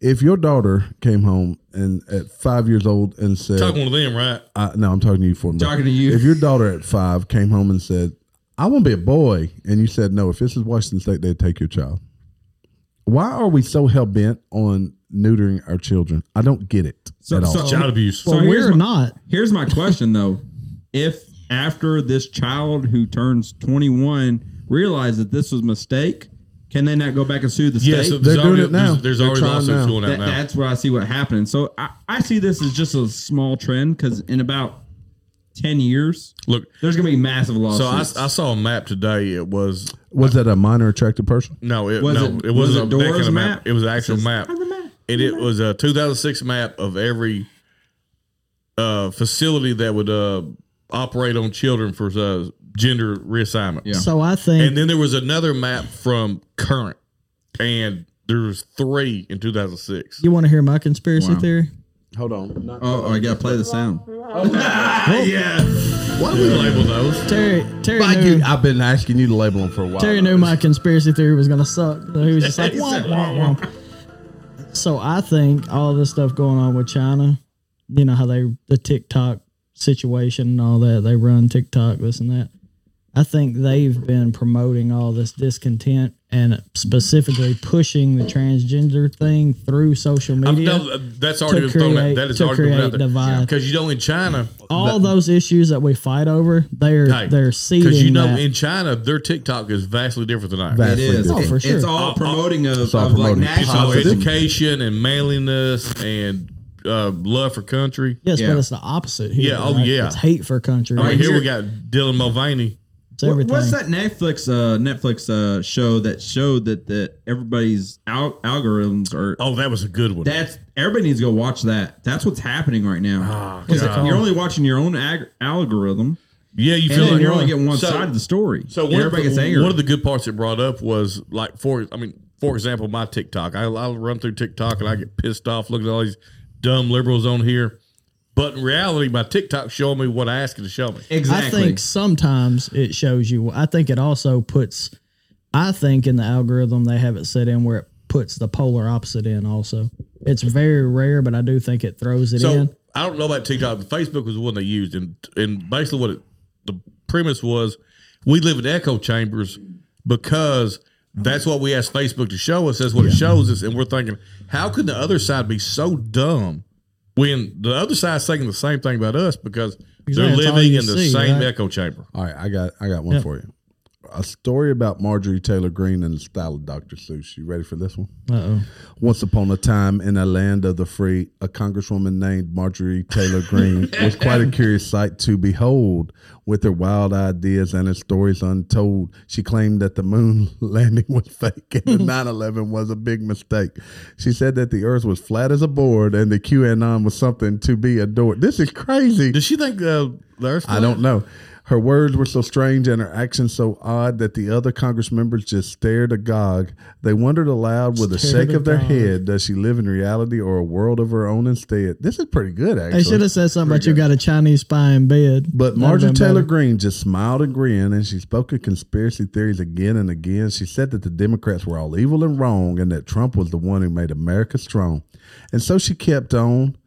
Speaker 1: if your daughter came home and at five years old and said,
Speaker 2: Talking to them, right?
Speaker 1: I, "No, I'm talking to you for a minute."
Speaker 4: Talking to you.
Speaker 1: If your daughter at five came home and said, "I want to be a boy," and you said, "No," if this is Washington State, they'd take your child. Why are we so hell bent on neutering our children? I don't get it
Speaker 4: So-
Speaker 1: at all.
Speaker 4: so-
Speaker 2: Child abuse.
Speaker 4: So
Speaker 3: Well,
Speaker 4: here's
Speaker 3: we're
Speaker 4: my-
Speaker 3: not.
Speaker 4: Here's my question though: If after this child who turns 21 realizes that this was a mistake, can they not go back and sue the
Speaker 2: yeah,
Speaker 4: state?
Speaker 2: so there's
Speaker 1: They're doing
Speaker 2: already,
Speaker 1: it now.
Speaker 2: There's, there's
Speaker 1: They're
Speaker 2: already
Speaker 1: trying now.
Speaker 2: lawsuits going out
Speaker 4: That-
Speaker 2: now.
Speaker 4: that's where I see what happening. So I, I see this as just a small trend because in about 10 years,
Speaker 2: Look,
Speaker 4: there's going to be massive
Speaker 2: so I,
Speaker 4: lawsuits.
Speaker 2: I saw a map today. It was
Speaker 1: Was that a minor attractive person?
Speaker 2: no, it
Speaker 4: Was
Speaker 2: no,
Speaker 4: it-
Speaker 2: it
Speaker 4: was it
Speaker 2: wasn't a that kind
Speaker 4: Dora's
Speaker 2: of map.
Speaker 4: map?
Speaker 2: It was an actual
Speaker 4: says,
Speaker 2: map,
Speaker 4: "I have a map,
Speaker 2: and
Speaker 4: I
Speaker 2: it
Speaker 4: have a
Speaker 2: was a 2006 map of every uh, facility that would uh, operate on children for uh, gender reassignment.
Speaker 4: Yeah.
Speaker 3: So I
Speaker 2: And
Speaker 3: think
Speaker 2: then there was another map from current, and there was three in 2006.
Speaker 3: you want to hear my conspiracy
Speaker 4: Wow.
Speaker 3: theory.
Speaker 1: Hold on. Not-
Speaker 4: oh, oh, I got to play the sound.
Speaker 2: yeah, why do we label those?
Speaker 3: Terry Terry
Speaker 1: Like
Speaker 3: knew,
Speaker 1: you, I've been asking you to label them for a while.
Speaker 3: Terry knew my conspiracy theory was gonna suck. So he was just like, womp, womp, womp. so I think all this stuff going on with China, you know how they the TikTok situation and all that, they run TikTok, this and that. I think they've been promoting all this discontent and specifically pushing the transgender thing through social
Speaker 2: I'm,
Speaker 3: media.
Speaker 2: no, that's already
Speaker 3: To
Speaker 2: been thrown out.
Speaker 3: create-
Speaker 2: That is
Speaker 3: to
Speaker 2: already been out
Speaker 3: create
Speaker 2: there.
Speaker 3: divide.
Speaker 2: Because you know, in China,
Speaker 3: all those issues that we fight over, they're they're seeding
Speaker 2: Because you know,
Speaker 3: that.
Speaker 2: in China, their TikTok is vastly different than ours.
Speaker 1: Vastly
Speaker 4: It is.
Speaker 1: different.
Speaker 3: Oh, for
Speaker 4: It's
Speaker 3: sure.
Speaker 4: all promoting of,
Speaker 1: all
Speaker 4: of like
Speaker 1: promoting
Speaker 2: It's all
Speaker 1: Positive.
Speaker 4: nationalism.
Speaker 2: education and manliness and uh, love for country.
Speaker 3: yes,
Speaker 4: yeah.
Speaker 3: but it's the opposite here.
Speaker 2: Yeah, oh,
Speaker 3: right?
Speaker 2: yeah.
Speaker 3: It's hate for country.
Speaker 2: Right
Speaker 4: Right
Speaker 2: here,
Speaker 4: here-
Speaker 2: we got Dylan Mulvaney.
Speaker 3: It's
Speaker 4: What-
Speaker 3: everything.
Speaker 4: What's that Netflix uh, Netflix uh, show that showed that that everybody's al- algorithms are
Speaker 2: Oh, that was a good one.
Speaker 4: That's everybody needs to go watch that. That's what's happening right
Speaker 2: Ah.
Speaker 4: now. Because
Speaker 3: God.
Speaker 4: you're only watching your own ag- algorithm,
Speaker 2: yeah, you
Speaker 4: and
Speaker 2: feel
Speaker 4: then
Speaker 2: like
Speaker 4: you're only getting one
Speaker 2: So-
Speaker 4: side of the story.
Speaker 2: So
Speaker 4: And
Speaker 2: one of,
Speaker 4: everybody gets
Speaker 2: the,
Speaker 4: angry.
Speaker 2: one of the good parts it brought up was like for I mean for example my TikTok I, I run through TikTok and I get pissed off looking at all these dumb liberals on here, but in reality my TikTok showing me what I asked it to show me.
Speaker 4: exactly.
Speaker 3: I think sometimes it shows you. I think it also puts. I think in the algorithm they have it set in where it puts the polar opposite in. Also, it's very rare, but I do think it throws it
Speaker 2: So
Speaker 3: in.
Speaker 2: I don't know about TikTok. but Facebook was the one they used, and and basically what it, the premise was, we live in echo chambers because that's what we asked Facebook to show us. That's what it shows us, and we're thinking, how could the other side be so dumb when the other side's thinking the same thing about us because
Speaker 3: Exactly,
Speaker 2: they're
Speaker 3: it's all
Speaker 2: living
Speaker 3: you
Speaker 2: in the
Speaker 3: see,
Speaker 2: same
Speaker 3: right?
Speaker 2: echo chamber?
Speaker 1: All right, I got I got one for you. A story about Marjorie Taylor Greene and the style of Dr. Seuss. You ready for this one?
Speaker 3: Uh oh.
Speaker 1: Once upon a time in a land of the free, a congresswoman named Marjorie Taylor Greene was quite a curious sight to behold. With her wild ideas and her stories untold, she claimed that the moon *laughs* landing was fake and the 9 11 was a big mistake. She said that the earth was flat as a board and the QAnon was something to be adored. This is crazy.
Speaker 2: Does she think uh, the Earth's
Speaker 1: I don't know. Her words were so strange and her actions so odd that the other Congress members just stared agog. They wondered aloud with a
Speaker 3: Stared
Speaker 1: shake of their
Speaker 3: agog.
Speaker 1: head, does she live in reality or a world of her own instead? This is pretty good,
Speaker 3: They should
Speaker 1: actually.
Speaker 3: have said something about you got a Chinese spy in bed.
Speaker 1: But
Speaker 3: That'd
Speaker 1: Marjorie
Speaker 3: been
Speaker 1: Taylor
Speaker 3: better.
Speaker 1: Greene just smiled and grinned, and she spoke of conspiracy theories again and again. She said that the Democrats were all evil and wrong, and that Trump was the one who made America strong. And so she kept on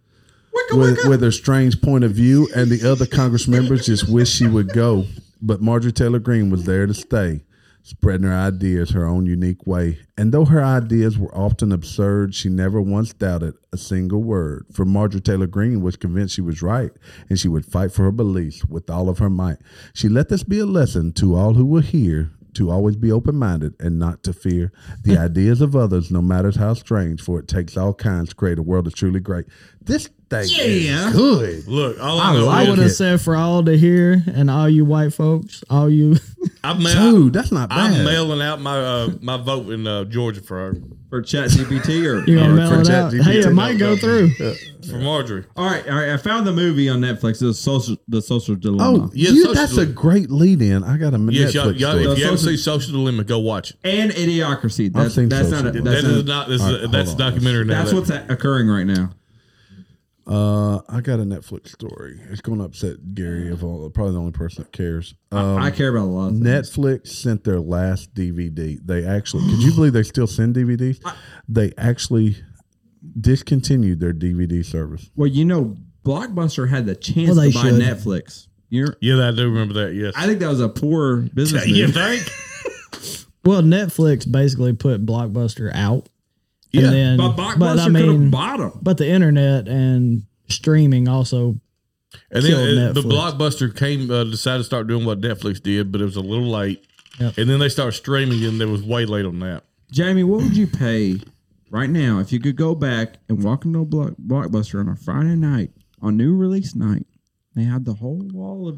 Speaker 1: with, with her strange point of view, and the other Congress members just wished she would go. But Marjorie Taylor Greene was there to stay, spreading her ideas her own unique way. And though her ideas were often absurd, she never once doubted a single word. For Marjorie Taylor Greene was convinced she was right, and she would fight for her beliefs with all of her might. She let this be a lesson to all who will hear to always be open minded and not to fear the ideas of others, no matter how strange, for it takes all kinds to create a world that's truly great. This thing
Speaker 4: Yeah.
Speaker 1: is good.
Speaker 2: Look, all
Speaker 1: I
Speaker 2: I know
Speaker 1: like
Speaker 3: I
Speaker 1: *laughs*
Speaker 2: is
Speaker 3: would have said for all to hear and all you white folks, all you
Speaker 2: I mail,
Speaker 1: Dude, that's not bad.
Speaker 2: I'm mailing out my uh, my vote in uh, Georgia for her
Speaker 4: for chat GPT or
Speaker 3: *laughs* You're gonna
Speaker 1: Yeah,
Speaker 3: mail
Speaker 1: for
Speaker 3: it out.
Speaker 1: ChatGPT,
Speaker 3: Hey, it might
Speaker 2: no,
Speaker 3: go
Speaker 2: no.
Speaker 3: through.
Speaker 2: for Marjorie.
Speaker 4: all right, all right. I found the movie on Netflix. The social, the social dilemma.
Speaker 1: Oh,
Speaker 2: Yeah,
Speaker 1: you-
Speaker 2: social
Speaker 1: that's a
Speaker 2: dilemma.
Speaker 1: great lead in. I got a
Speaker 2: Yes,
Speaker 1: Netflix
Speaker 2: y'all, y'all,
Speaker 1: story.
Speaker 2: if you
Speaker 4: No,
Speaker 2: haven't
Speaker 4: social-
Speaker 2: seen Social Dilemma, go watch it.
Speaker 4: and Idiocracy. That's
Speaker 1: seen
Speaker 4: that's
Speaker 1: Social
Speaker 4: not. A,
Speaker 1: Dilemma.
Speaker 4: that's
Speaker 2: That is
Speaker 4: not.
Speaker 2: not this.
Speaker 1: All right,
Speaker 2: is a,
Speaker 1: hold
Speaker 2: that's
Speaker 1: on.
Speaker 2: a documentary now.
Speaker 4: That's
Speaker 2: that-
Speaker 4: what's occurring right now.
Speaker 1: Uh, I got a Netflix story. It's going to upset Gary of all, probably the only person that cares. Um,
Speaker 4: I care about a lot. Of things.
Speaker 1: Netflix sent their last DVD. They actually, could you believe they still send DVDs? They actually discontinued their DVD service.
Speaker 4: Well, you know, Blockbuster had the chance
Speaker 3: Well, they
Speaker 4: to buy
Speaker 3: should.
Speaker 4: Netflix. You're,
Speaker 2: yeah, I do remember that. Yes,
Speaker 4: I *laughs* think that was a poor business.
Speaker 2: you
Speaker 4: move.
Speaker 2: think?
Speaker 3: Well, Netflix basically put Blockbuster out. And then,
Speaker 4: but Blockbuster could have bought 'em.
Speaker 3: but the internet and streaming also
Speaker 2: And then
Speaker 3: killed
Speaker 2: uh, the
Speaker 3: Netflix.
Speaker 2: blockbuster came uh, decided to start doing what Netflix did, but it was a little late.
Speaker 3: Yep.
Speaker 2: And then they started streaming, and it was way late on that.
Speaker 4: Jamie, what would you pay right now if you could go back and walk into a block, Blockbuster on a Friday night on new release night? They had the whole wall of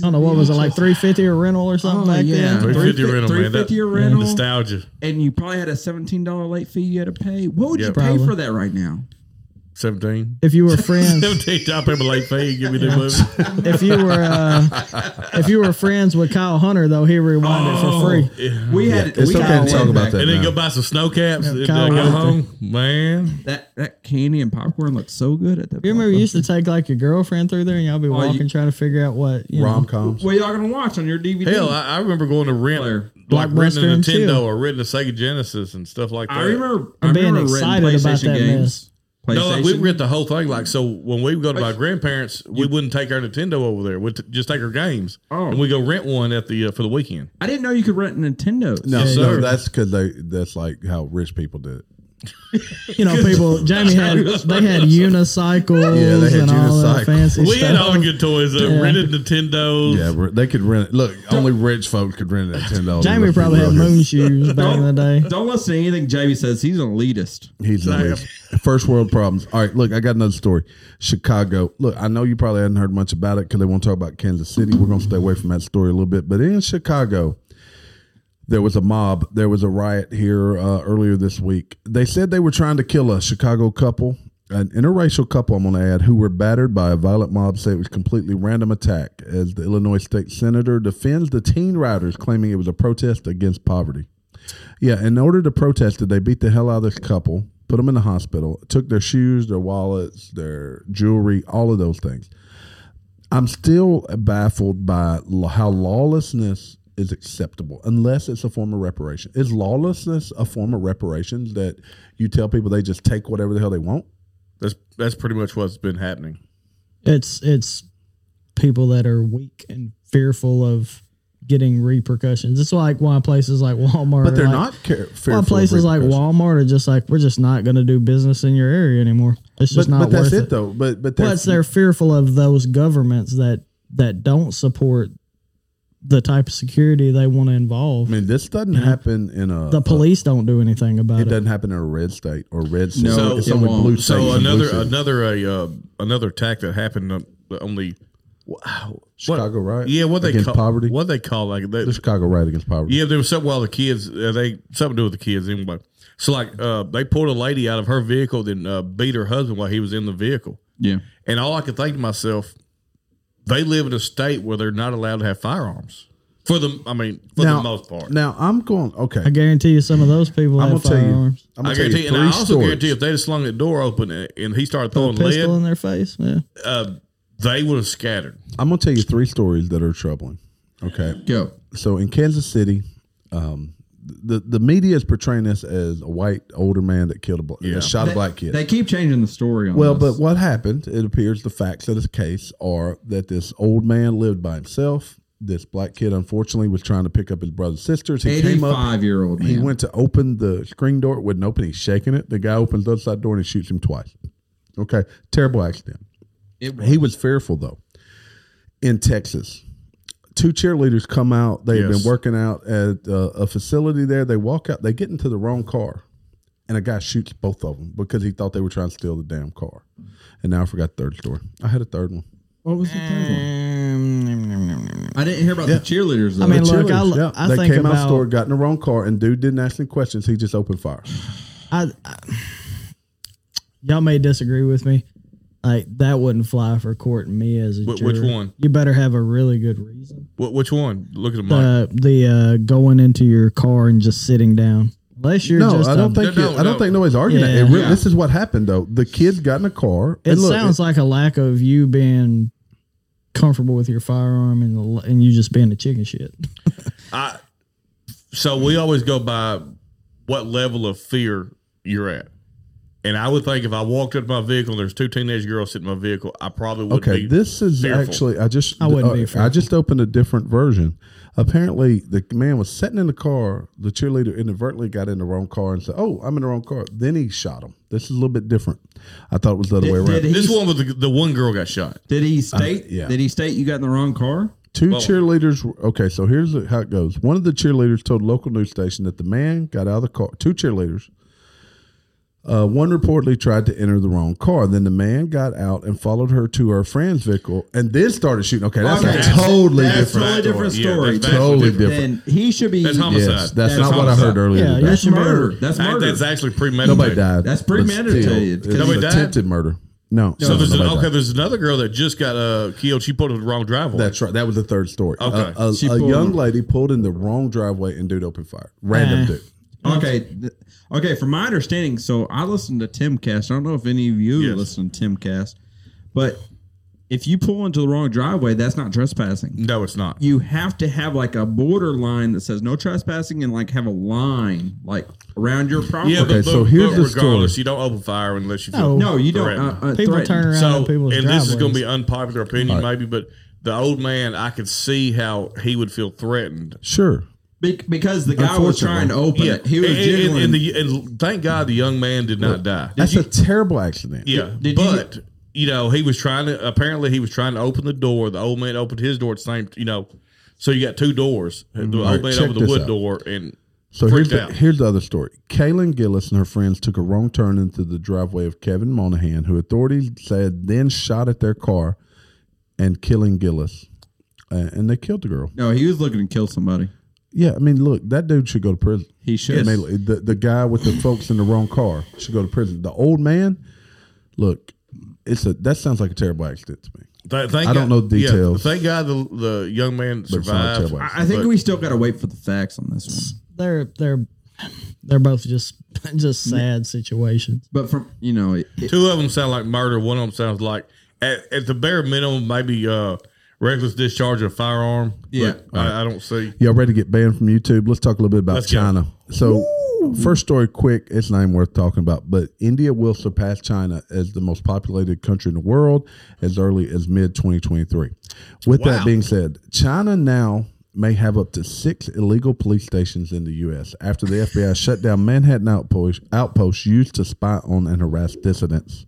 Speaker 3: I don't know what was it like three fifty a rental or something
Speaker 4: Oh,
Speaker 3: back
Speaker 4: yeah.
Speaker 3: then.
Speaker 2: 350
Speaker 4: 350
Speaker 2: rental, man. That-
Speaker 4: 350 a rental.
Speaker 2: Nostalgia,
Speaker 4: and you probably had a seventeen dollar late fee you had to pay. What would
Speaker 2: Yeah.
Speaker 4: you pay
Speaker 3: Probably.
Speaker 4: for that right now?
Speaker 2: seventeen. *laughs*
Speaker 3: If you were friends,
Speaker 2: Seventeen top ever late fee. Give me the movie.
Speaker 3: if you were uh, if you were friends with Kyle Hunter though, he rewound
Speaker 2: Oh.
Speaker 3: it for free.
Speaker 4: We had.
Speaker 1: It's
Speaker 4: we
Speaker 1: okay
Speaker 4: got
Speaker 1: to talk
Speaker 4: way
Speaker 1: about
Speaker 4: back-
Speaker 1: that.
Speaker 2: And
Speaker 4: *laughs*
Speaker 2: then
Speaker 1: now.
Speaker 2: go buy some snow caps and uh,
Speaker 3: Kyle
Speaker 2: go
Speaker 3: Whitaker.
Speaker 2: home, man.
Speaker 4: That that candy and popcorn looked so good at that.
Speaker 3: You remember you
Speaker 4: Blockbuster.
Speaker 3: used to take like your girlfriend through there and y'all be
Speaker 4: you-
Speaker 3: walking trying to figure out what you know.
Speaker 1: Rom coms.
Speaker 4: What y'all gonna watch on your DVD?
Speaker 2: Hell, I, I remember going to rent
Speaker 4: Player.
Speaker 2: like renting a
Speaker 3: Blockbuster and
Speaker 2: Nintendo
Speaker 3: chill.
Speaker 2: or renting a Sega Genesis and stuff like that.
Speaker 4: I remember.
Speaker 3: I'm
Speaker 4: I
Speaker 3: being
Speaker 4: remember
Speaker 3: excited
Speaker 4: renting
Speaker 3: about
Speaker 4: PlayStation
Speaker 3: that
Speaker 4: games.
Speaker 2: No, like,
Speaker 4: PlayStation.
Speaker 2: we'd rent the whole thing. Like, so when we would go to my grandparents, we wouldn't take our Nintendo over there. We'd t- just take our games,
Speaker 4: Oh.
Speaker 2: and we go rent one at the uh, for the weekend.
Speaker 4: I didn't know you could rent Nintendo.
Speaker 1: No,
Speaker 2: Yes,
Speaker 1: no,
Speaker 2: sir.
Speaker 1: that's because they. That's like how rich people did it.
Speaker 3: You know,
Speaker 2: *laughs*
Speaker 3: people Jamie had they had unicycles
Speaker 1: Yeah, they had
Speaker 3: and all
Speaker 1: unicycles.
Speaker 3: that fancy
Speaker 2: We
Speaker 3: stuff.
Speaker 2: had all the good toys. Uh,
Speaker 3: Yeah.
Speaker 2: Rented Nintendos.
Speaker 1: Yeah, we're- they could rent it. Look, only rich folks could rent it at ten dollars.
Speaker 3: Jamie probably had moon shoes back in
Speaker 2: *laughs*
Speaker 3: the day.
Speaker 4: *laughs* Don't listen to anything Jamie says. He's an elitist.
Speaker 1: He's the least. first world problems. All right, look, I got another story. Chicago. Look, I know you probably hadn't heard much about it because they want to talk about Kansas City. We're going to stay away from that story a little bit, but in Chicago, there was a mob. There was a riot here uh, earlier this week. They said they were trying to kill a Chicago couple, an interracial couple, I'm going to add, who were battered by a violent mob. Say it was completely random attack. As the Illinois state senator defends the teen rioters, claiming it was a protest against poverty. Yeah, in order to protest it, they beat the hell out of this couple, put them in the hospital, took their shoes, their wallets, their jewelry, all of those things. I'm still baffled by l- how lawlessness is acceptable unless it's a form of reparation. Is lawlessness a form of reparations that you tell people they just take whatever the hell they want?
Speaker 2: That's that's pretty much what's been happening.
Speaker 3: It's it's people that are weak and fearful of getting repercussions. It's like why places like Walmart,
Speaker 1: But
Speaker 3: are
Speaker 1: they're
Speaker 3: like-
Speaker 1: not care- fearful.
Speaker 3: Why
Speaker 1: of
Speaker 3: places like
Speaker 1: repercussions.
Speaker 3: Walmart are just like we're just not going to do business in your area anymore. It's
Speaker 1: But,
Speaker 3: just not
Speaker 1: but that's
Speaker 3: worth
Speaker 1: it,
Speaker 3: it.
Speaker 1: though. But but
Speaker 3: Plus,
Speaker 1: that's
Speaker 3: they're fearful of those governments that that don't support the type of security they want to involve.
Speaker 1: I mean, this doesn't happen in a
Speaker 3: Mm-hmm. the police don't do anything about
Speaker 1: It
Speaker 3: it.
Speaker 1: doesn't happen in a red state or red city.
Speaker 4: So-
Speaker 1: it's
Speaker 4: it
Speaker 1: only
Speaker 4: won't.
Speaker 1: blue states.
Speaker 2: So
Speaker 1: and blue
Speaker 2: another
Speaker 1: cities.
Speaker 2: another a uh, another attack that happened on, on the wow, what-
Speaker 1: Chicago riot
Speaker 2: Yeah, what they
Speaker 1: against
Speaker 2: call
Speaker 1: poverty.
Speaker 2: What they call like they,
Speaker 1: the Chicago riot against poverty.
Speaker 2: Yeah, there was something while the kids uh, they something to do with the kids anyway. So like uh, they pulled a lady out of her vehicle, then uh, beat her husband while he was in the vehicle.
Speaker 4: Yeah.
Speaker 2: And all I could think to myself, they live in a state where they're not allowed to have firearms. For the, I mean, for the most part.
Speaker 1: Now I'm going. Okay,
Speaker 3: I guarantee you, some of those people
Speaker 1: I'm
Speaker 3: have
Speaker 1: gonna tell you.
Speaker 3: firearms.
Speaker 1: I'm
Speaker 2: I
Speaker 1: gonna tell
Speaker 2: guarantee,
Speaker 1: you
Speaker 2: and
Speaker 1: three
Speaker 2: I also
Speaker 1: stories.
Speaker 2: guarantee if they had slung that door open and, and he started
Speaker 3: Put a
Speaker 2: throwing
Speaker 3: pistol
Speaker 2: lead,
Speaker 3: in their face. Yeah,
Speaker 2: they would have scattered.
Speaker 1: I'm gonna tell you three stories that are troubling. Okay,
Speaker 4: Go.
Speaker 1: so in Kansas City, um, the the media is portraying this as a white older man that killed a bl- that shot a black kid.
Speaker 4: They keep changing the story on
Speaker 1: Well,
Speaker 4: us.
Speaker 1: but what happened, it appears the facts of this case are that this old man lived by himself. This black kid, unfortunately, was trying to pick up his brother's sisters. He came up.
Speaker 4: 85 year old man.
Speaker 1: He went to open the screen door. It wouldn't open. He's shaking it. The guy opens the outside door and he shoots him twice. Okay. Terrible accident.
Speaker 4: It
Speaker 1: he was fearful, though. In Texas, two cheerleaders come out. They've
Speaker 2: Yes.
Speaker 1: been working out at uh, a facility there. They walk out. They get into the wrong car, and a guy shoots both of them because he thought they were trying to steal the damn car. And now I forgot the third story. I had a third one.
Speaker 4: what was the third one? Um, I didn't hear about the cheerleaders though.
Speaker 3: I mean, look, I,
Speaker 1: Cheerleaders, yeah.
Speaker 3: I
Speaker 1: they
Speaker 3: think
Speaker 1: came out
Speaker 3: about
Speaker 1: the store, got in the wrong car, and dude didn't ask any questions. He just opened fire.
Speaker 3: I, I y'all may disagree with me. Like that wouldn't fly for court and me as a
Speaker 2: Wh-
Speaker 3: juror.
Speaker 2: which one?
Speaker 3: You better have a really good reason.
Speaker 2: What, which one? Look at the mic.
Speaker 3: Uh, the uh, going into your car and just sitting down. Unless you're
Speaker 1: No,
Speaker 3: just
Speaker 1: I
Speaker 3: a-
Speaker 1: don't think
Speaker 2: No,
Speaker 1: it-
Speaker 2: no,
Speaker 1: I
Speaker 2: no.
Speaker 1: don't think nobody's arguing that.
Speaker 3: Yeah.
Speaker 1: It really,
Speaker 4: Yeah.
Speaker 1: This is what happened though. The kids got in the car.
Speaker 3: It
Speaker 1: and look,
Speaker 3: sounds like a lack of you being comfortable with your firearm and the- and you just being a chicken shit.
Speaker 2: I so we always go by what level of fear you're at. And I would think if I walked up to my vehicle and there's two teenage girls sitting in my vehicle, I probably would
Speaker 1: Okay,
Speaker 2: be
Speaker 1: this is
Speaker 2: fearful.
Speaker 1: actually I just
Speaker 3: I wouldn't be
Speaker 1: uh, I
Speaker 3: fearful.
Speaker 1: just opened a different version. Apparently, the man was sitting in the car. The cheerleader inadvertently got in the wrong car and said, "Oh, I'm in the wrong car." Then he shot him. This is a little bit different. I thought it was the other way around.
Speaker 4: Did
Speaker 2: This
Speaker 4: he,
Speaker 2: one was the, the one girl got shot.
Speaker 4: did he state?
Speaker 1: yeah.
Speaker 4: Did he state you got in the wrong car?
Speaker 1: Two cheerleaders. were- Okay, so here's how it goes. One of the cheerleaders told a local news station that the man got out of the car. Two cheerleaders. Uh, one reportedly tried to enter the wrong car. Then the man got out and followed her to her friend's vehicle and then started shooting. Okay, that's
Speaker 4: Okay,
Speaker 1: a
Speaker 4: that's-
Speaker 1: totally
Speaker 4: that's
Speaker 1: different.
Speaker 4: totally different
Speaker 2: Yeah,
Speaker 4: story.
Speaker 2: that's vastly
Speaker 1: Totally different.
Speaker 4: Then he should be.
Speaker 2: That's homicide.
Speaker 1: Yes, that's,
Speaker 4: That's
Speaker 1: not what I
Speaker 4: homicide.
Speaker 1: heard earlier.
Speaker 3: Yeah,
Speaker 1: today.
Speaker 3: you
Speaker 4: That's
Speaker 3: should be-
Speaker 4: murder. That's
Speaker 2: Act-
Speaker 4: murder.
Speaker 2: That's actually premeditated.
Speaker 1: Nobody died.
Speaker 4: That's
Speaker 1: but still,
Speaker 4: premeditated, 'cause
Speaker 1: it
Speaker 2: Nobody
Speaker 1: was
Speaker 2: died?
Speaker 1: attempted murder. No,
Speaker 2: So
Speaker 1: no,
Speaker 2: there's an,
Speaker 1: nobody
Speaker 2: okay,
Speaker 1: died.
Speaker 2: there's another girl that just got uh, killed. She pulled in the wrong driveway.
Speaker 1: That's right. That was the third story. A-
Speaker 2: Okay.
Speaker 1: a,
Speaker 4: She
Speaker 1: a
Speaker 4: pulled-
Speaker 1: young lady pulled in the wrong driveway and dude opened fire. Random
Speaker 3: Eh.
Speaker 1: dude.
Speaker 4: Okay. th- Okay. From my understanding, so I listened to Timcast. I don't know if any of you
Speaker 2: Yes.
Speaker 4: listen to Timcast, but if you pull into the wrong driveway, that's not trespassing.
Speaker 2: no, it's not.
Speaker 4: You have to have like a border line that says no trespassing and like have a line like around your property.
Speaker 2: Yeah, but,
Speaker 1: Okay,
Speaker 2: but,
Speaker 1: so here's
Speaker 2: but
Speaker 1: the story.
Speaker 2: regardless, you don't open fire unless you feel
Speaker 3: No.
Speaker 4: no, you don't.
Speaker 2: Threatened.
Speaker 4: Uh, uh,
Speaker 3: People
Speaker 4: threatened.
Speaker 3: turn around
Speaker 2: So,
Speaker 3: at people's
Speaker 2: and this is going to
Speaker 3: driveways.
Speaker 2: be unpopular opinion, maybe, but the old man, I could see how he would feel threatened.
Speaker 1: Sure.
Speaker 4: Be- because the guy was trying to open it. He was
Speaker 2: and, and-
Speaker 4: jiggling.
Speaker 2: and the, and thank God the young man did not die.
Speaker 1: That's a terrible accident.
Speaker 2: yeah,
Speaker 4: did you-
Speaker 2: but you, know he was trying to. Apparently, he was trying to open the door. The old man opened his door at the same. You know, so you got two doors. The old man
Speaker 1: Mm-hmm. check
Speaker 2: opened the
Speaker 1: this
Speaker 2: wood
Speaker 1: out.
Speaker 2: door and
Speaker 1: So
Speaker 2: freaked
Speaker 1: here's the,
Speaker 2: out.
Speaker 1: here's the other story. Kaylin Gillis and her friends took a wrong turn into the driveway of Kevin Monahan, who authorities said then shot at their car and killing Gillis. Uh, and they killed the girl.
Speaker 4: no, he was looking to kill somebody.
Speaker 1: Yeah, I mean, look, that dude should go to prison.
Speaker 4: He should.
Speaker 1: Immediately. The, the guy with the folks in the wrong car should go to prison. The old man, look, it's a that sounds like a terrible accident to me.
Speaker 2: Th- thank
Speaker 1: I don't know
Speaker 2: God-
Speaker 1: the
Speaker 2: yeah,
Speaker 1: details.
Speaker 2: thank God the, the young man
Speaker 1: But it's not a
Speaker 2: survived.
Speaker 1: terrible accident.
Speaker 4: I, I think
Speaker 2: But-
Speaker 4: we still got to wait for the facts on this one.
Speaker 3: they're they're they're both just *laughs* just sad situations.
Speaker 4: But from you know, it,
Speaker 2: Two of them sound like murder. One of them sounds like, at, at the bare minimum, maybe uh, reckless discharge of firearm.
Speaker 4: Yeah.
Speaker 2: But I, I don't see.
Speaker 1: Y'all ready to get banned from YouTube? Let's talk a little bit about
Speaker 2: Let's go.
Speaker 1: China. So, first story, quick. It's not even worth talking about, but India will surpass China as the most populated country in the world as early as mid 2023. With
Speaker 2: Wow.
Speaker 1: that being said, China now may have up to six illegal police stations in the U.S. after the FBI *laughs* shut down Manhattan outpost, outposts used to spy on and harass dissidents.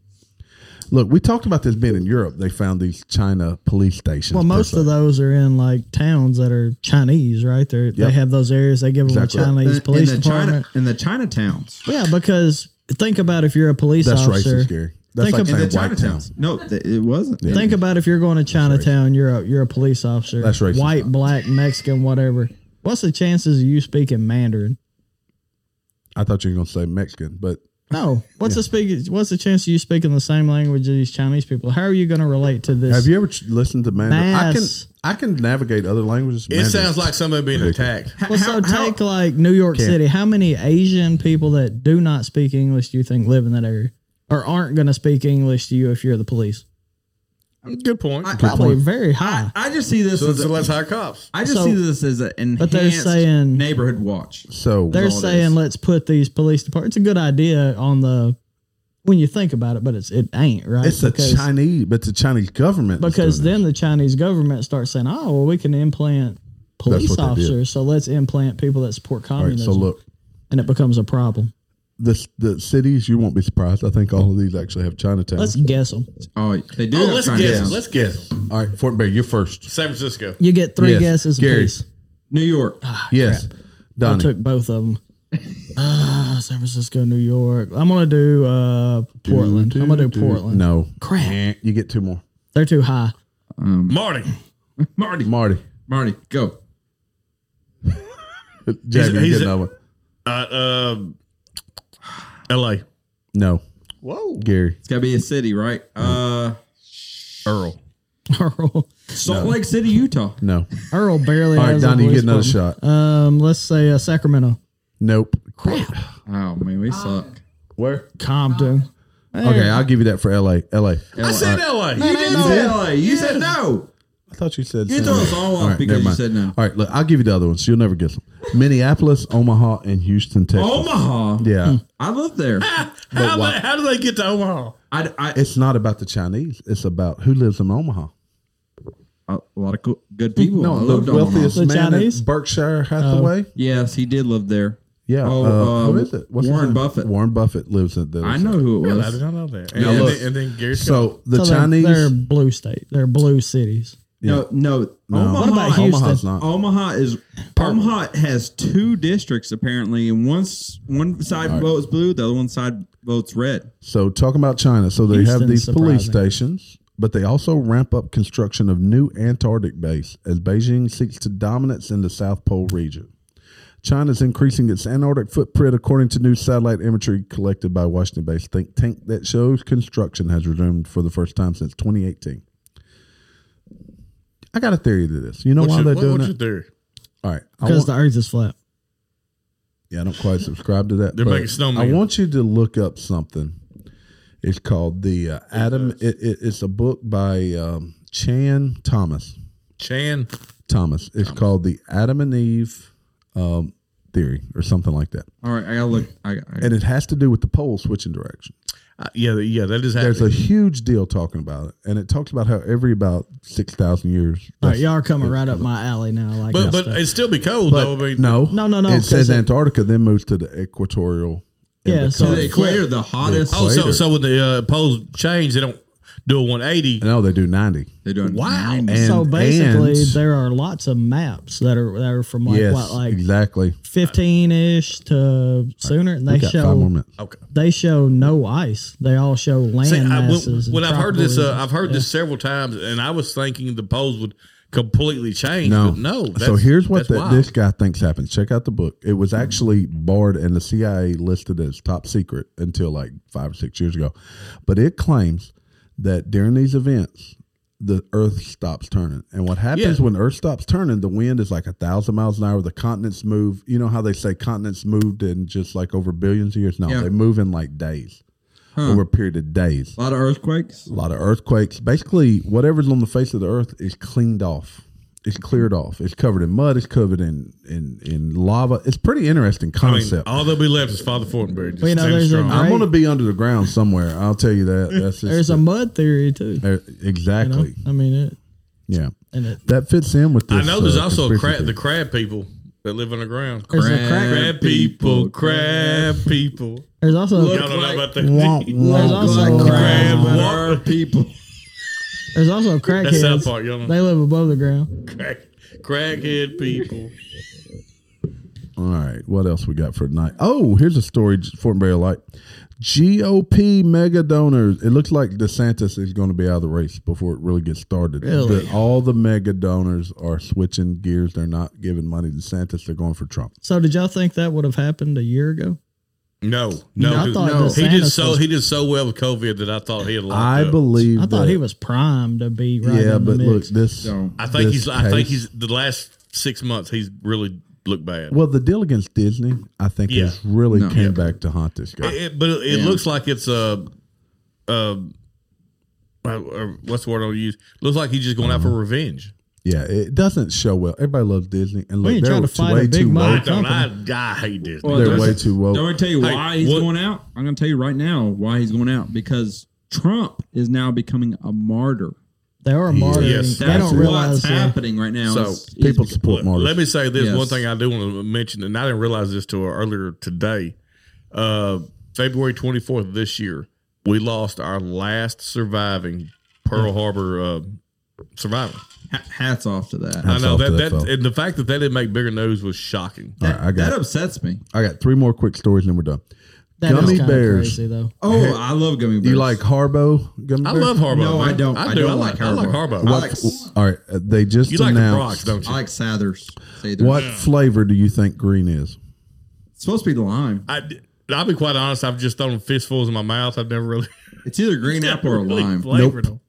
Speaker 1: Look, we talked about this being in Europe. They found these China police stations.
Speaker 3: Well,
Speaker 1: per
Speaker 3: most
Speaker 1: se.
Speaker 3: of those are in like towns that are Chinese, right? They are they
Speaker 1: Yep.
Speaker 3: have those areas. They give
Speaker 1: Exactly.
Speaker 3: them a Chinese
Speaker 4: in-
Speaker 3: police
Speaker 4: in the
Speaker 3: department.
Speaker 4: China in the Chinatowns.
Speaker 3: yeah, because think about if you're a police
Speaker 1: that's
Speaker 3: officer.
Speaker 1: racist, Gary. That's
Speaker 3: Think
Speaker 1: like
Speaker 3: of-
Speaker 1: saying
Speaker 4: In the
Speaker 1: white town.
Speaker 4: Chinatowns. No, th- it wasn't.
Speaker 3: Think about if you're going to Chinatown, you're a you're a police officer.
Speaker 1: That's racist.
Speaker 3: White, black, Mexican, whatever. What's the chances of you speaking Mandarin?
Speaker 1: I thought you were going to say Mexican, but
Speaker 3: No. What's the speak? What's the chance of you speaking the same language as these Chinese people? How are you going to relate to this?
Speaker 1: have you ever ch- listened to Mandarin?
Speaker 3: Mass.
Speaker 1: I can I can navigate other languages.
Speaker 2: It sounds like somebody being attacked.
Speaker 3: Well, so take like New York City. How many Asian people that do not speak English do you think live in that area, or aren't going to speak English to you if you're the police?
Speaker 2: Good point.
Speaker 3: Probably very high.
Speaker 4: I just see this
Speaker 2: so,
Speaker 4: as
Speaker 2: so
Speaker 4: a,
Speaker 2: let's hire cops.
Speaker 4: I just
Speaker 3: so-
Speaker 4: see this as an enhanced
Speaker 3: they're saying-
Speaker 4: neighborhood watch.
Speaker 1: so.
Speaker 3: They're
Speaker 4: it
Speaker 3: saying
Speaker 4: is.
Speaker 3: let's put these police departments. It's a good idea on the when you think about it, but it's it ain't right.
Speaker 1: It's the Chinese, but the Chinese government is
Speaker 3: because
Speaker 1: doing
Speaker 3: then the Chinese government starts saying, "Oh, well, we can implant police
Speaker 1: what they did.
Speaker 3: officers, so let's implant people that support
Speaker 1: it. All right,
Speaker 3: communism,"
Speaker 1: so look,
Speaker 3: and it becomes a problem.
Speaker 1: the the cities. You won't be surprised. I think all of these actually have Chinatowns.
Speaker 3: Let's guess them.
Speaker 4: Oh, they do.
Speaker 2: Oh,
Speaker 4: have
Speaker 2: let's guess.
Speaker 4: Chinatowns.
Speaker 2: Let's guess.
Speaker 1: all right, Fort Bear, you're first.
Speaker 2: San Francisco.
Speaker 3: You get three
Speaker 1: Yes.
Speaker 3: guesses
Speaker 1: Gary.
Speaker 3: apiece.
Speaker 4: New York.
Speaker 1: Ah. Yes,
Speaker 3: Ah, I
Speaker 1: Donnie.
Speaker 3: took both
Speaker 1: *laughs*
Speaker 3: of them. Uh, San Francisco, New York. I'm gonna do uh, Portland. I'm gonna do Portland.
Speaker 1: No, Eh,
Speaker 3: Crap,
Speaker 1: you get two more.
Speaker 3: they're too high.
Speaker 2: Marty.
Speaker 4: Marty.
Speaker 1: Marty, *laughs*
Speaker 4: Marty, go.
Speaker 1: Jagger, you
Speaker 2: he's-
Speaker 1: get another one.
Speaker 2: Uh, um, L.A.
Speaker 1: No,
Speaker 2: Whoa,
Speaker 1: Gary.
Speaker 4: It's got to be a city, right? Uh,
Speaker 2: Earl.
Speaker 3: *laughs* Earl,
Speaker 4: Salt Lake City, Utah.
Speaker 1: No.
Speaker 3: Earl barely.
Speaker 1: All right,
Speaker 3: has a
Speaker 1: Donnie, you
Speaker 3: voice
Speaker 1: get another
Speaker 3: button.
Speaker 1: shot.
Speaker 3: Um, let's say uh, Sacramento,
Speaker 1: Nope.
Speaker 4: Oh man, we suck.
Speaker 1: Where?
Speaker 3: Compton.
Speaker 1: Okay, I'll give you that for L.A. L.A.
Speaker 2: I said L.A.
Speaker 4: You did say LA. You said no.
Speaker 1: I thought you said.
Speaker 4: You throw us all off because
Speaker 1: never
Speaker 4: you
Speaker 1: mind.
Speaker 4: said no.
Speaker 1: All right, look, I'll give you the other ones. You'll never get them. Minneapolis, Omaha, and Houston, Texas.
Speaker 4: Oh. Omaha.
Speaker 1: Yeah,
Speaker 4: I live there.
Speaker 2: How,
Speaker 1: why-
Speaker 2: the- how do they get to Omaha?
Speaker 4: I, I,
Speaker 1: it's not about the Chinese. It's about who lives in Omaha.
Speaker 4: a lot of cool, good people. I
Speaker 1: No,
Speaker 4: lived
Speaker 1: the
Speaker 4: on Omaha.
Speaker 1: wealthiest
Speaker 3: The
Speaker 1: man
Speaker 3: Chinese? Oh.
Speaker 1: in Berkshire Hathaway.
Speaker 4: Yes, he did live there.
Speaker 1: yeah,
Speaker 4: Oh,
Speaker 1: uh,
Speaker 4: uh,
Speaker 1: who is it? his
Speaker 4: Warren
Speaker 1: name?
Speaker 4: Buffett.
Speaker 1: Warren Buffett lives in. there.
Speaker 4: I know who it
Speaker 2: I did
Speaker 4: was.
Speaker 2: not know that. And,
Speaker 1: Now
Speaker 2: and
Speaker 1: look.
Speaker 2: then, and then Gary's got-
Speaker 1: So the
Speaker 3: So they're-
Speaker 1: Chinese.
Speaker 3: They're, blue state. They're blue cities.
Speaker 4: No, no.
Speaker 1: No.
Speaker 4: Omaha,
Speaker 1: What
Speaker 3: about Houston?
Speaker 1: Omaha's not.
Speaker 4: Omaha is Omaha has two districts apparently, and one s- one side votes blue, the other one side votes red.
Speaker 1: So talking about China, so they have
Speaker 3: Houston's
Speaker 1: these police
Speaker 3: surprising.
Speaker 1: stations, but they also ramp up construction of new Antarctic base as Beijing seeks to dominance in the South Pole region. China's increasing its Antarctic footprint according to new satellite imagery collected by Washington-based think tank that shows construction has resumed for the first time since 2018. I got a theory to this. You know
Speaker 2: what's,
Speaker 1: why
Speaker 2: your,
Speaker 1: they're
Speaker 2: what-
Speaker 1: doing
Speaker 2: what's your
Speaker 1: it?
Speaker 2: theory?
Speaker 1: All right. I
Speaker 3: Because
Speaker 1: want-
Speaker 3: the earth is flat.
Speaker 1: yeah, I don't quite subscribe to that.
Speaker 2: They're
Speaker 1: but
Speaker 2: making snowmen.
Speaker 1: I want you to look up something. It's called the uh, Adam. It, it, it's a book by um, Chan Thomas.
Speaker 2: Chan.
Speaker 1: Thomas. It's called the Adam and Eve um, theory, or something like that.
Speaker 4: All right, I gotta look. I, got- I,
Speaker 1: And it has to do with the pole switching direction.
Speaker 2: Uh, yeah, yeah, that is
Speaker 1: There's
Speaker 2: happening.
Speaker 1: a huge deal talking about it, and it talks about how every about six thousand years.
Speaker 3: All right, y'all are coming right up my alley now. I Like,
Speaker 2: but
Speaker 3: that
Speaker 2: but
Speaker 3: stuff.
Speaker 2: it'd still be cold though. I mean,
Speaker 1: No,
Speaker 3: No, no, no,
Speaker 1: It says
Speaker 3: 'cause it-
Speaker 1: Antarctica, then moves to the equatorial. and
Speaker 3: Yeah,
Speaker 1: the
Speaker 3: so
Speaker 1: coast.
Speaker 4: the equator, the hottest.
Speaker 2: Oh, so
Speaker 1: Later.
Speaker 2: so when the uh, poles change, they don't do a one eighty.
Speaker 1: no, they do ninety.
Speaker 4: they're doing
Speaker 2: Wow.
Speaker 4: nine-
Speaker 1: And-
Speaker 3: so basically,
Speaker 1: and-
Speaker 3: there are lots of maps that are that are from like
Speaker 1: yes,
Speaker 3: what like
Speaker 1: exactly.
Speaker 3: fifteen ish to sooner, and
Speaker 1: We
Speaker 3: they
Speaker 1: got five more
Speaker 3: show
Speaker 1: minutes.
Speaker 2: Okay.
Speaker 3: they show no ice. They all show land
Speaker 2: See, I, when,
Speaker 3: masses.
Speaker 2: when
Speaker 3: and
Speaker 2: I've heard this, uh,
Speaker 3: tropical
Speaker 2: I've heard this several times, and I was thinking the poles would completely change.
Speaker 1: No,
Speaker 2: but no. That's,
Speaker 1: So here's what
Speaker 2: that's
Speaker 1: that
Speaker 2: wild.
Speaker 1: this guy thinks happened. Check out the book. It was actually barred and the CIA listed as top secret until like five or six years ago. But it claims that during these events, the Earth stops turning. And what happens
Speaker 2: Yeah.
Speaker 1: when Earth stops turning, the wind is like a thousand miles an hour. The continents move. You know how they say continents moved in just like over billions of years? No,
Speaker 4: Yeah.
Speaker 1: they move in like days, over a period of days.
Speaker 4: a lot of earthquakes.
Speaker 1: A lot of earthquakes. Basically, whatever's on the face of the earth is cleaned off. It's cleared off. It's covered in mud. It's covered in in, in lava. It's pretty interesting
Speaker 2: I mean,
Speaker 1: concept. I
Speaker 2: all that'll be left is Father Fortenberry. Just
Speaker 3: Well, you know,
Speaker 2: stay
Speaker 3: there's a-
Speaker 2: strong.
Speaker 1: am going to be under the ground somewhere. I'll tell you that. That's just,
Speaker 3: There's a mud theory too.
Speaker 1: there-
Speaker 3: You know?
Speaker 1: exactly.
Speaker 3: I mean it,
Speaker 1: Yeah,
Speaker 3: and it,
Speaker 1: that fits in with. This,
Speaker 2: I know there's
Speaker 1: uh,
Speaker 2: also a
Speaker 1: conspiracy
Speaker 2: crab, the
Speaker 1: theory.
Speaker 2: crab people that live underground.
Speaker 3: there's a crack.
Speaker 2: Crab people, crab people.
Speaker 3: There's also
Speaker 2: Y'all don't know about that.
Speaker 1: Womp,
Speaker 3: there's
Speaker 1: womp.
Speaker 3: also
Speaker 4: Like
Speaker 2: crab
Speaker 4: crabs,
Speaker 2: walk-
Speaker 4: water people.
Speaker 3: there's
Speaker 2: *laughs*
Speaker 3: also
Speaker 2: That's South
Speaker 3: crackheads.
Speaker 2: Park. Y'all don't know.
Speaker 3: They live above the ground.
Speaker 2: Crack, *laughs* crackhead people.
Speaker 1: All right, what else we got for tonight? Oh, here's a story, Fort Berry Light. GOP mega donors. It looks like DeSantis is going to be out of the race before it really gets started.
Speaker 3: Really?
Speaker 1: But all the mega donors are switching gears. They're not giving money to DeSantis. They're going for Trump.
Speaker 3: So did y'all think that would have happened a year ago?
Speaker 2: No, no,
Speaker 3: I
Speaker 2: dude,
Speaker 3: thought
Speaker 2: no.
Speaker 3: DeSantis
Speaker 2: He did so
Speaker 3: was-
Speaker 2: he did so well with COVID that I thought he had locked
Speaker 1: I
Speaker 2: up.
Speaker 1: believe.
Speaker 3: I thought
Speaker 1: that-
Speaker 3: he was primed to be right
Speaker 1: Yeah,
Speaker 3: in the
Speaker 1: but look,
Speaker 3: mix.
Speaker 1: this.
Speaker 4: So,
Speaker 2: I think
Speaker 1: this
Speaker 2: he's. I think
Speaker 1: pace-
Speaker 2: he's the last six months. He's really looked bad.
Speaker 1: Well, the deal against Disney, I think,
Speaker 2: Yeah.
Speaker 1: has really
Speaker 4: No.
Speaker 1: came back to haunt this guy.
Speaker 2: It- but it
Speaker 4: Yeah.
Speaker 2: looks like it's a, uh, uh, what's the word I'll use? Looks like he's just going out
Speaker 1: Uh-huh.
Speaker 2: for revenge.
Speaker 1: Yeah, it doesn't show well. Everybody loves Disney, and
Speaker 3: ain't
Speaker 1: look,
Speaker 3: trying
Speaker 1: they're
Speaker 3: to fight a
Speaker 1: way
Speaker 3: big
Speaker 1: too
Speaker 2: I
Speaker 1: woke.
Speaker 3: mob.
Speaker 2: don't. I, I hate Disney.
Speaker 4: Well,
Speaker 1: They're
Speaker 4: there's-
Speaker 1: way too woke.
Speaker 4: Don't I tell you
Speaker 2: Hey,
Speaker 4: why he's
Speaker 2: what-
Speaker 4: going out? I'm going to tell you right now why he's going out because Trump is now becoming a martyr.
Speaker 3: They are martyring.
Speaker 2: Yes,
Speaker 3: they
Speaker 4: That's
Speaker 3: don't realize
Speaker 4: what's
Speaker 3: that.
Speaker 4: happening right now.
Speaker 2: So,
Speaker 4: It's- it's
Speaker 1: People
Speaker 4: become-
Speaker 1: support martyrs.
Speaker 2: Let me say this
Speaker 4: Yes.
Speaker 2: one thing I do want to mention, and I didn't realize this till earlier today. Uh, February 24th of this year, we lost our last surviving Pearl
Speaker 1: Mm.
Speaker 2: Harbor uh, survivor.
Speaker 4: ha- hats off to that.
Speaker 1: Hats
Speaker 2: I know
Speaker 1: off to
Speaker 2: that,
Speaker 1: that Uh,
Speaker 2: that,
Speaker 1: fella.
Speaker 2: and the fact that they didn't make bigger news was shocking.
Speaker 1: All right, I got
Speaker 4: that upsets me.
Speaker 1: I got three more quick stories and then we're done.
Speaker 3: That is
Speaker 1: Gummy
Speaker 3: kinda
Speaker 1: bears.
Speaker 3: crazy though.
Speaker 4: Oh, I love gummy bears.
Speaker 1: You like Harbo gummy
Speaker 2: I
Speaker 1: bear?
Speaker 2: love Harbaugh.
Speaker 5: No, I
Speaker 2: man.
Speaker 5: don't. I
Speaker 2: do.
Speaker 5: don't
Speaker 2: I
Speaker 5: like
Speaker 2: like. I like
Speaker 5: Harbaugh.
Speaker 2: Harbaw.
Speaker 5: I
Speaker 1: What-
Speaker 5: like-
Speaker 1: all right, uh, they just
Speaker 2: You like the Bronx,
Speaker 1: announced.
Speaker 2: don't
Speaker 5: I
Speaker 2: you?
Speaker 5: like Sather's. Sather's.
Speaker 1: what flavor do you think green is?
Speaker 4: It's supposed to be the lime.
Speaker 2: I, will be quite honest. I've just thrown fistfuls in my mouth. I've never really,
Speaker 4: It's either green apple or
Speaker 2: really
Speaker 4: lime.
Speaker 2: flavored them.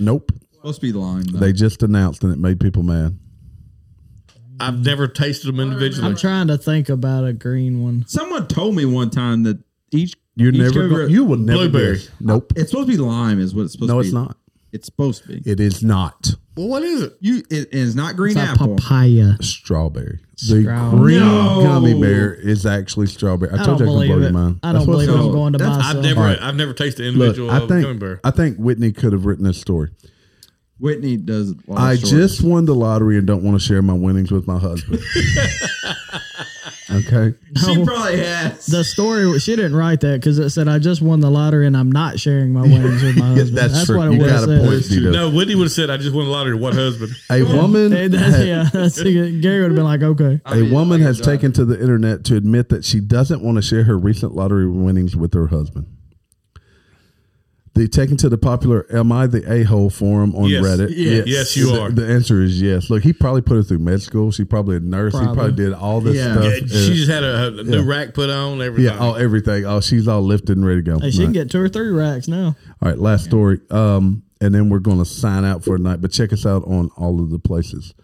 Speaker 1: Nope.
Speaker 4: supposed to be the lime. Though.
Speaker 1: They just announced and it made people mad.
Speaker 2: I've never tasted them individually.
Speaker 3: I'm trying to think about a green one.
Speaker 4: Someone told me one time that each
Speaker 1: You're
Speaker 4: each
Speaker 1: never.
Speaker 4: cover-
Speaker 1: Go, you will never.
Speaker 2: Blueberry.
Speaker 1: guess. Nope.
Speaker 4: It's supposed to be lime, is what it's supposed
Speaker 1: No,
Speaker 4: to be.
Speaker 1: it's not.
Speaker 4: It's supposed to be.
Speaker 1: It is not
Speaker 2: Well, what is it?
Speaker 4: you, it is not green
Speaker 3: It's a
Speaker 4: apple.
Speaker 3: papaya.
Speaker 1: strawberry. The
Speaker 3: Strawberry.
Speaker 1: green
Speaker 4: No.
Speaker 1: gummy bear is actually strawberry. I,
Speaker 3: I
Speaker 1: told
Speaker 3: don't
Speaker 1: you I could
Speaker 3: believe
Speaker 1: blow your
Speaker 3: it.
Speaker 1: mind.
Speaker 3: I don't
Speaker 1: what
Speaker 3: believe
Speaker 1: said.
Speaker 3: I'm
Speaker 4: No,
Speaker 3: going to buy
Speaker 4: that's-
Speaker 3: some.
Speaker 2: I've never,
Speaker 1: All right.
Speaker 2: I've never tasted an
Speaker 1: Look,
Speaker 2: individual uh,
Speaker 1: I
Speaker 2: gummy bear.
Speaker 1: think I think Whitney could have written this story.
Speaker 4: Whitney does. a lot of
Speaker 1: I
Speaker 4: shorts.
Speaker 1: just won the lottery and don't want to share my winnings with my husband.
Speaker 2: *laughs*
Speaker 1: okay.
Speaker 4: She probably has.
Speaker 3: The story she didn't write that because it said I just won the lottery and I'm not sharing my winnings with my husband.
Speaker 1: *laughs* That's
Speaker 3: that's,
Speaker 1: true.
Speaker 3: what it
Speaker 1: You
Speaker 3: was.
Speaker 1: got a
Speaker 3: said.
Speaker 1: point. Dito.
Speaker 2: No, Whitney would have said, "I just won the lottery."
Speaker 1: *laughs*
Speaker 2: What husband?
Speaker 1: A woman
Speaker 3: *laughs* Hey, that's-
Speaker 1: ha-
Speaker 3: yeah, *laughs* that's, Gary would have been like, okay.
Speaker 2: Oh,
Speaker 1: a woman has taken to the internet to admit that she doesn't want to share her recent lottery winnings with her husband. The taken to the popular "Am I the a hole?" forum on
Speaker 2: Yes.
Speaker 1: Reddit.
Speaker 2: Yes. Yes, you
Speaker 1: The-
Speaker 2: are.
Speaker 1: The answer is yes. Look, he probably put her through med school. She probably a nurse. He probably
Speaker 3: Probably.
Speaker 1: did all this
Speaker 4: Yeah.
Speaker 1: stuff.
Speaker 2: Yeah, she just had a, a new rack put on. Everything.
Speaker 1: yeah, all everything. Oh, she's all lifted and ready to go.
Speaker 3: Hey, she
Speaker 1: Right.
Speaker 3: can get two or three racks now.
Speaker 1: All right, last story. Um, and then we're going to sign out for tonight. But check us out on all of the places.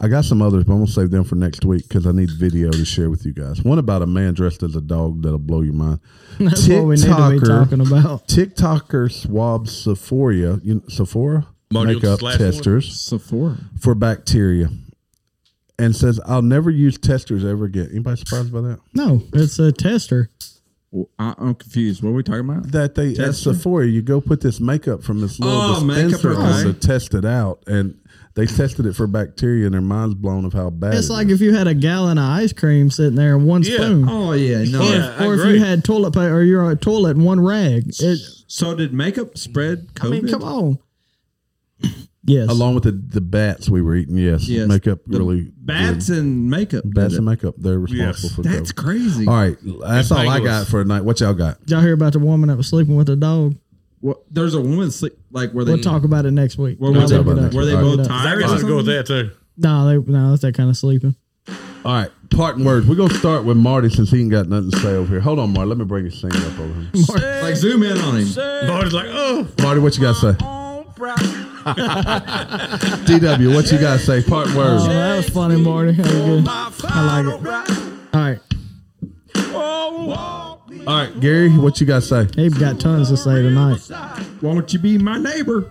Speaker 1: I got some others, but I'm gonna save them for next week because I need video to share with you guys. One about a man dressed as a dog that'll blow your mind.
Speaker 3: *laughs* That's what we need to be
Speaker 1: *laughs*
Speaker 3: talking about.
Speaker 1: TikToker swabs Sephora, you know, Sephora
Speaker 2: Marty, you
Speaker 1: makeup
Speaker 2: want this last
Speaker 1: testers
Speaker 4: Sephora.
Speaker 1: for bacteria, and says I'll never use testers ever again. Anybody surprised by that?
Speaker 3: No, it's a tester.
Speaker 4: Well, I, I'm confused. What are we talking about?
Speaker 1: that they
Speaker 4: Tester?
Speaker 1: at Sephora, you go put this makeup from this little
Speaker 4: Oh, makeup,
Speaker 1: dispenser on
Speaker 4: okay.
Speaker 1: to test it out, and they tested it for bacteria, and their minds blown of how bad.
Speaker 3: It's
Speaker 1: it
Speaker 3: like
Speaker 1: is.
Speaker 3: if you had a gallon of ice cream sitting there and one
Speaker 2: Yeah.
Speaker 3: spoon.
Speaker 4: Oh yeah, no.
Speaker 2: Yeah. I
Speaker 3: or if
Speaker 2: agree.
Speaker 3: you had toilet paper or you're on a toilet and one rag. It,
Speaker 4: So did makeup spread COVID?
Speaker 3: I mean, come on. Yes.
Speaker 1: along with the, the bats we were eating. Yes,
Speaker 4: Yes.
Speaker 1: makeup
Speaker 4: The
Speaker 1: really
Speaker 4: Bats
Speaker 1: did.
Speaker 4: and makeup. did
Speaker 1: bats
Speaker 4: it.
Speaker 1: and makeup. They're responsible
Speaker 2: Yes.
Speaker 1: for
Speaker 4: That's
Speaker 1: that.
Speaker 4: crazy.
Speaker 1: All right, that's all I got
Speaker 2: Bangles.
Speaker 1: for tonight. What y'all got?
Speaker 3: Did y'all hear about the woman that was sleeping with a dog?
Speaker 4: Well, there's a woman sleep like where they
Speaker 1: Mm.
Speaker 3: We'll talk about it next week.
Speaker 4: Where
Speaker 3: I'll
Speaker 4: was
Speaker 1: talk
Speaker 4: it?
Speaker 3: look
Speaker 1: about it
Speaker 3: it up.
Speaker 1: next
Speaker 4: Were they
Speaker 1: All right.
Speaker 4: both
Speaker 2: Zach
Speaker 4: tired?
Speaker 2: wants to
Speaker 4: or
Speaker 2: go with
Speaker 4: something?
Speaker 2: that too.
Speaker 3: No, they no, that's that kind of sleeping.
Speaker 1: All right, parting words. We're gonna start with Marty since he ain't got nothing to say over here. Hold on, Marty. Let me bring his thing up over here.
Speaker 4: Like zoom in on him.
Speaker 2: Marty's like, "Oh,
Speaker 1: Marty, what you got to
Speaker 4: *laughs*
Speaker 1: say? DW, what you got to say? Parting words.
Speaker 4: Uh,
Speaker 3: Oh, that was funny, Marty. That was good. I like it. All right.
Speaker 1: All right, Gary, what you got to say?
Speaker 3: Abe got tons to say tonight.
Speaker 4: Won't you be my neighbor?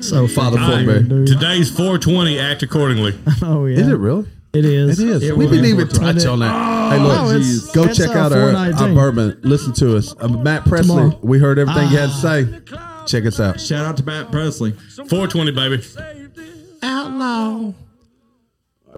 Speaker 3: So
Speaker 1: Father
Speaker 3: fucking
Speaker 1: Fortbear.
Speaker 3: dude.
Speaker 2: today's 420. Act accordingly."
Speaker 3: *laughs* Oh yeah.
Speaker 1: Is it really?
Speaker 3: It is.
Speaker 1: It is.
Speaker 4: It
Speaker 1: we
Speaker 4: was
Speaker 1: didn't even
Speaker 4: before
Speaker 1: touch on that. hey, look,
Speaker 3: Oh, it's-
Speaker 1: go
Speaker 3: it's,
Speaker 1: check
Speaker 3: uh,
Speaker 1: out our, our
Speaker 3: 419.
Speaker 1: bourbon. Listen to us. Uh, Matt Presley,
Speaker 3: Tomorrow.
Speaker 1: we heard everything you had
Speaker 3: Ah.
Speaker 1: to say. Check us out.
Speaker 4: Shout out to Matt Presley.
Speaker 2: 420, baby.
Speaker 6: Save this.
Speaker 3: Outlaw.